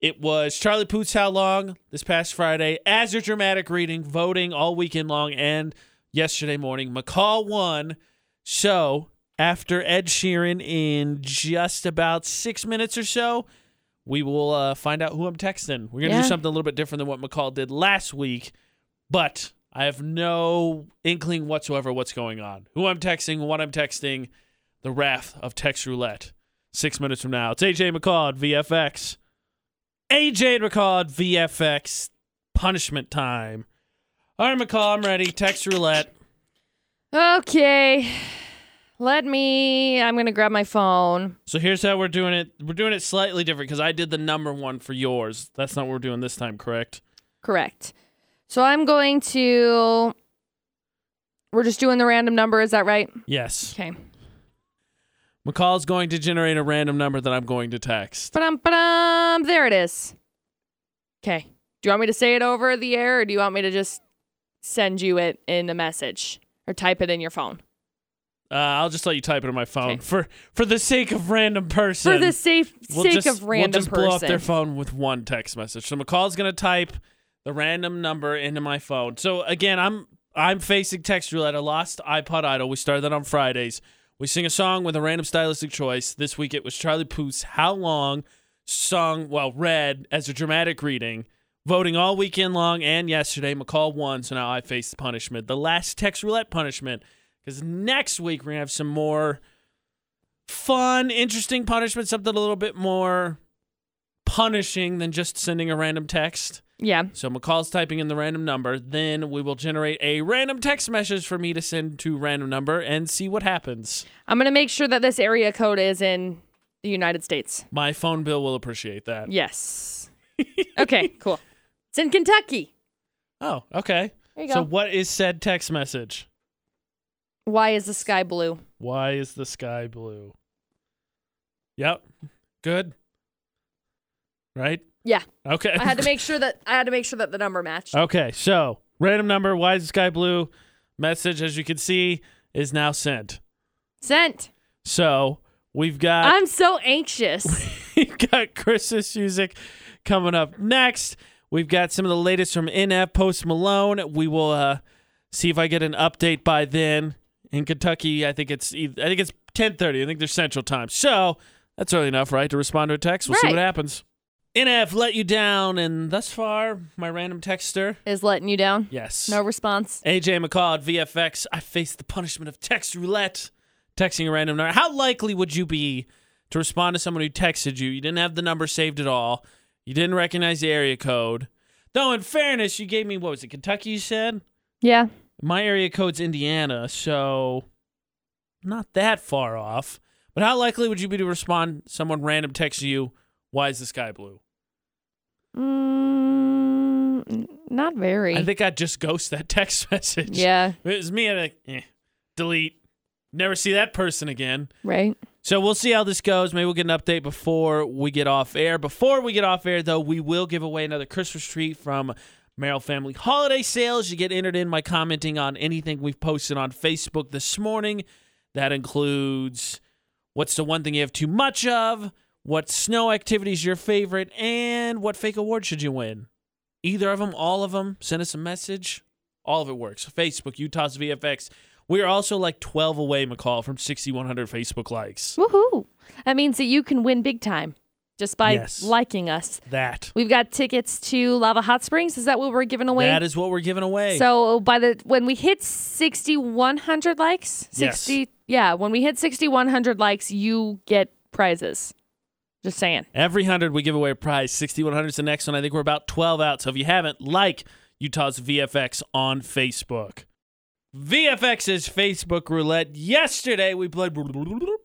S1: It was Charlie Poots How Long this past Friday as your dramatic reading, voting all weekend long, and yesterday morning. McCall won. So after Ed Sheeran in just about six minutes or so, we will uh, find out who I'm texting. We're gonna
S2: Yeah.
S1: do something a little bit different than what McCall did last week, but I have no inkling whatsoever what's going on. Who I'm texting, what I'm texting, the wrath of text roulette. Six minutes from now, it's AJ McCall at VFX. AJ McCall at VFX. Punishment time. All right, McCall, I'm ready. Text roulette.
S2: okay. Let me. I'm gonna grab my phone.
S1: So here's how we're doing it. We're doing it slightly different because I did the number one for yours. That's not what we're doing this time, correct?
S2: Correct. So I'm going to. We're just doing the random number. Is that right?
S1: Yes.
S2: Okay.
S1: McCall's going to generate a random number that I'm going to text.
S2: Ba-dum, ba-dum. There it is. Okay. Do you want me to say it over the air, or do you want me to just send you it in a message or type it in your phone
S1: Uh, I'll just let you type it on my phone
S2: Okay.
S1: for for the sake of random person.
S2: for the safe
S1: we'll
S2: sake
S1: just,
S2: of random
S1: we'll just
S2: person?
S1: blow up their phone with one text message. So McCall's going to type the random number into my phone. So again, I'm I'm facing text roulette. I lost iPod Idol. We started that on Fridays. We sing a song with a random stylistic choice. This week it was Charlie Puth's "How Long," sung well read as a dramatic reading. Voting all weekend long and yesterday, McCall won, so now I face the punishment, the last text roulette punishment. Because next week we're gonna have some more fun, interesting punishment, something a little bit more punishing than just sending a random text.
S2: yeah.
S1: So McCall's typing in the random number. Then we will generate a random text message for me to send to random number and see what happens.
S2: I'm gonna make sure that this area code is in the United States.
S1: My phone bill will appreciate that.
S2: Yes. okay, cool. It's in Kentucky.
S1: Oh, okay.
S2: There you
S1: So
S2: go.
S1: what is said text message?
S2: Why is the sky blue?
S1: Why is the sky blue? Yep. Good. Right?
S2: Yeah,
S1: Okay.
S2: I had to make sure that I had to make sure that the number matched.
S1: Okay, so random number, why is the sky blue? Message, as you can see, is now sent.
S2: Sent.
S1: So we've got
S2: I'm so anxious.
S1: we've got Chris's music coming up next. We've got some of the latest from NF Post Malone. We will uh, see if I get an update by then. In Kentucky, I think it's eith- I think it's 10:30. I think there's Central Time. So that's early enough, right, to respond to a text. We'll see
S2: Right.
S1: what happens. NF let you down, and thus far, my random texter.
S2: Is letting you down.
S1: Yes.
S2: No response.
S1: AJ McCall at VFX. I face the punishment of text roulette. Texting a random number. How likely would you be to respond to someone who texted you? You didn't have the number saved at all. You didn't recognize the area code. Though, in fairness, you gave me what was it, Kentucky? You said
S2: Yeah.
S1: my area code's Indiana, so not that far off. But how likely would you be to respond? Someone random texts you. Why is the sky blue?
S2: Mm, n- not very.
S1: I think I'd just ghost that text message.
S2: yeah.
S1: If it was me, I'd be like, eh, delete. Never see that person again.
S2: Right.
S1: So we'll see how this goes. Maybe we'll get an update before we get off air. Before we get off air, though, we will give away another Christmas tree from Merrill Family Holiday Sales. You get entered in by commenting on anything we've posted on Facebook this morning. That includes what's the one thing you have too much of, what snow activity is your favorite, and what fake award should you win. Either of them, all of them, send us a message. All of it works. Facebook, Utah's VFX. We are also like 12 away, McCall, from 6,100 Facebook likes.
S2: Woohoo. That means that you can win big time just by
S1: Yes.
S2: liking us.
S1: That.
S2: We've got tickets to Lava Hot Springs. Is that what we're giving away?
S1: That is what we're giving away.
S2: So by the when we hit 6100 likes, 60 yeah, when we hit 6100 likes, you get prizes. Just saying.
S1: Every 100, we give away a prize. 6,100 is the next one. I think we're about 12 out. So if you haven't, like Utah's VFX on Facebook. VFX's Facebook roulette. Yesterday, we played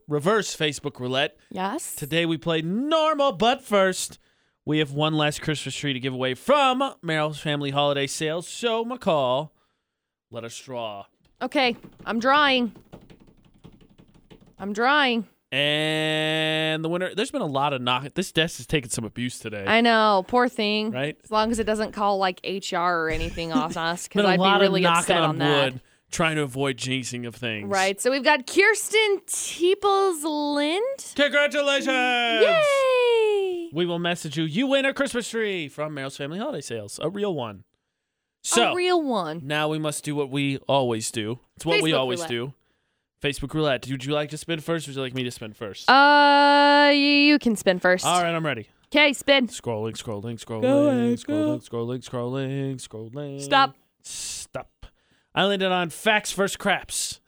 S1: reverse Facebook roulette.
S2: Yes.
S1: Today we play normal, but first we have one last Christmas tree to give away from Merrill's Family Holiday Sales. So McCall, let us draw.
S2: Okay, I'm drawing. I'm drawing.
S1: And the winner. There's been a lot of knock. This desk is taking some abuse today,
S2: I know, poor thing.
S1: right?
S2: As long as it doesn't call like HR or anything off us,
S1: Been
S2: because
S1: a
S2: I'd
S1: lot
S2: be really
S1: of knocking
S2: upset
S1: on,
S2: on, that.
S1: wood, trying to avoid jinxing of things.
S2: Right. So we've got Kirsten Teeples Lind.
S1: Congratulations!
S2: Yay!
S1: We will message you. You win a Christmas tree from Merrill's Family Holiday Sales, a real one. So
S2: A real one.
S1: Now we must do what we always do. It's what we
S2: Facebook
S1: always
S2: roulette.
S1: do. Facebook roulette. Would you like to spin first? Or would you like me to spin first?
S2: Uh, you, you can spin first.
S1: All right, I'm ready.
S2: Okay, spin.
S1: Scrolling, scrolling, scrolling,
S2: ahead, go.
S1: scrolling, scrolling, scrolling, scrolling.
S2: Stop.
S1: Stop. I landed on facts versus craps.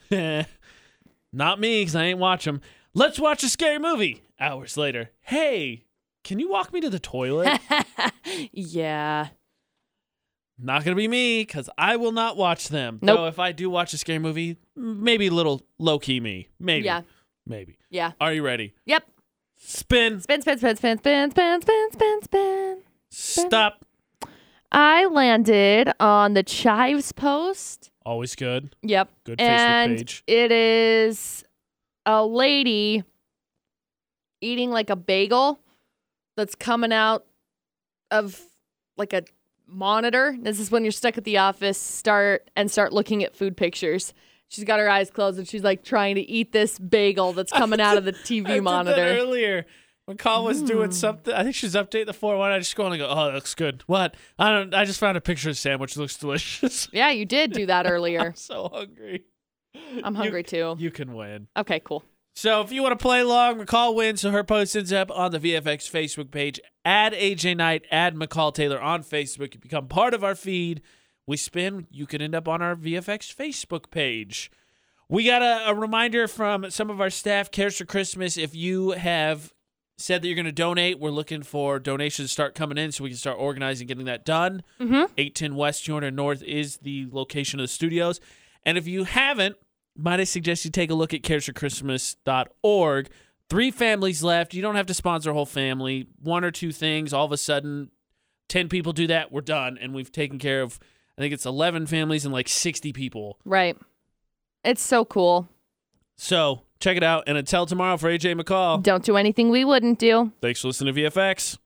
S1: Not me, because I ain't watch 'em. Let's watch a scary movie. Hours later. Hey, can you walk me to the toilet?
S2: yeah.
S1: not gonna be me, because I will not watch them.
S2: Nope.
S1: Though if I do watch a scary movie, maybe a little low key me. Maybe.
S2: Yeah.
S1: Maybe.
S2: Yeah.
S1: Are you ready?
S2: Yep.
S1: Spin.
S2: Spin, spin, spin, spin, spin, spin, spin, spin, spin.
S1: Stop.
S2: I landed on the chives post.
S1: Always good.
S2: Yep.
S1: Good
S2: and
S1: Facebook page.
S2: it is a lady eating like a bagel that's coming out of like a monitor. This is when you're stuck at the office, start and start looking at food pictures. She's got her eyes closed and she's like trying to eat this bagel that's coming out of the
S1: I did
S2: TV
S1: that
S2: monitor.
S1: earlier. When Colin was doing something, I think she was updating the 4 1. I just go on and go, oh, that looks good. What? I don't. I just found a picture of the sandwich. It looks delicious.
S2: Yeah, you did do that earlier.
S1: I'm so hungry.
S2: I'm hungry too.
S1: You can win.
S2: Okay, cool.
S1: So if you want to play along, McCall wins. So her post ends up on the VFX Facebook page. Add AJ Knight, add McCall Taylor on Facebook. You become part of our feed. We spin. You can end up on our VFX Facebook page. We got a, a reminder from some of our staff, Cares for Christmas. If you have said that you're going to donate, we're looking for donations to start coming in so we can start organizing getting that done.
S2: Mm-hmm.
S1: 810 West 200 North is the location of the studios. And if you haven't, might I suggest you take a look at caresforchristmas.org. Three families left. You don't have to sponsor a whole family. One or two things. All of a sudden, 10 people do that. We're done. And we've taken care of, I think it's 11 families and like 60 people.
S2: Right. It's so cool.
S1: So check it out. And until tomorrow for AJ McCall,
S2: Don't do anything we wouldn't do.
S1: thanks for listening to VFX.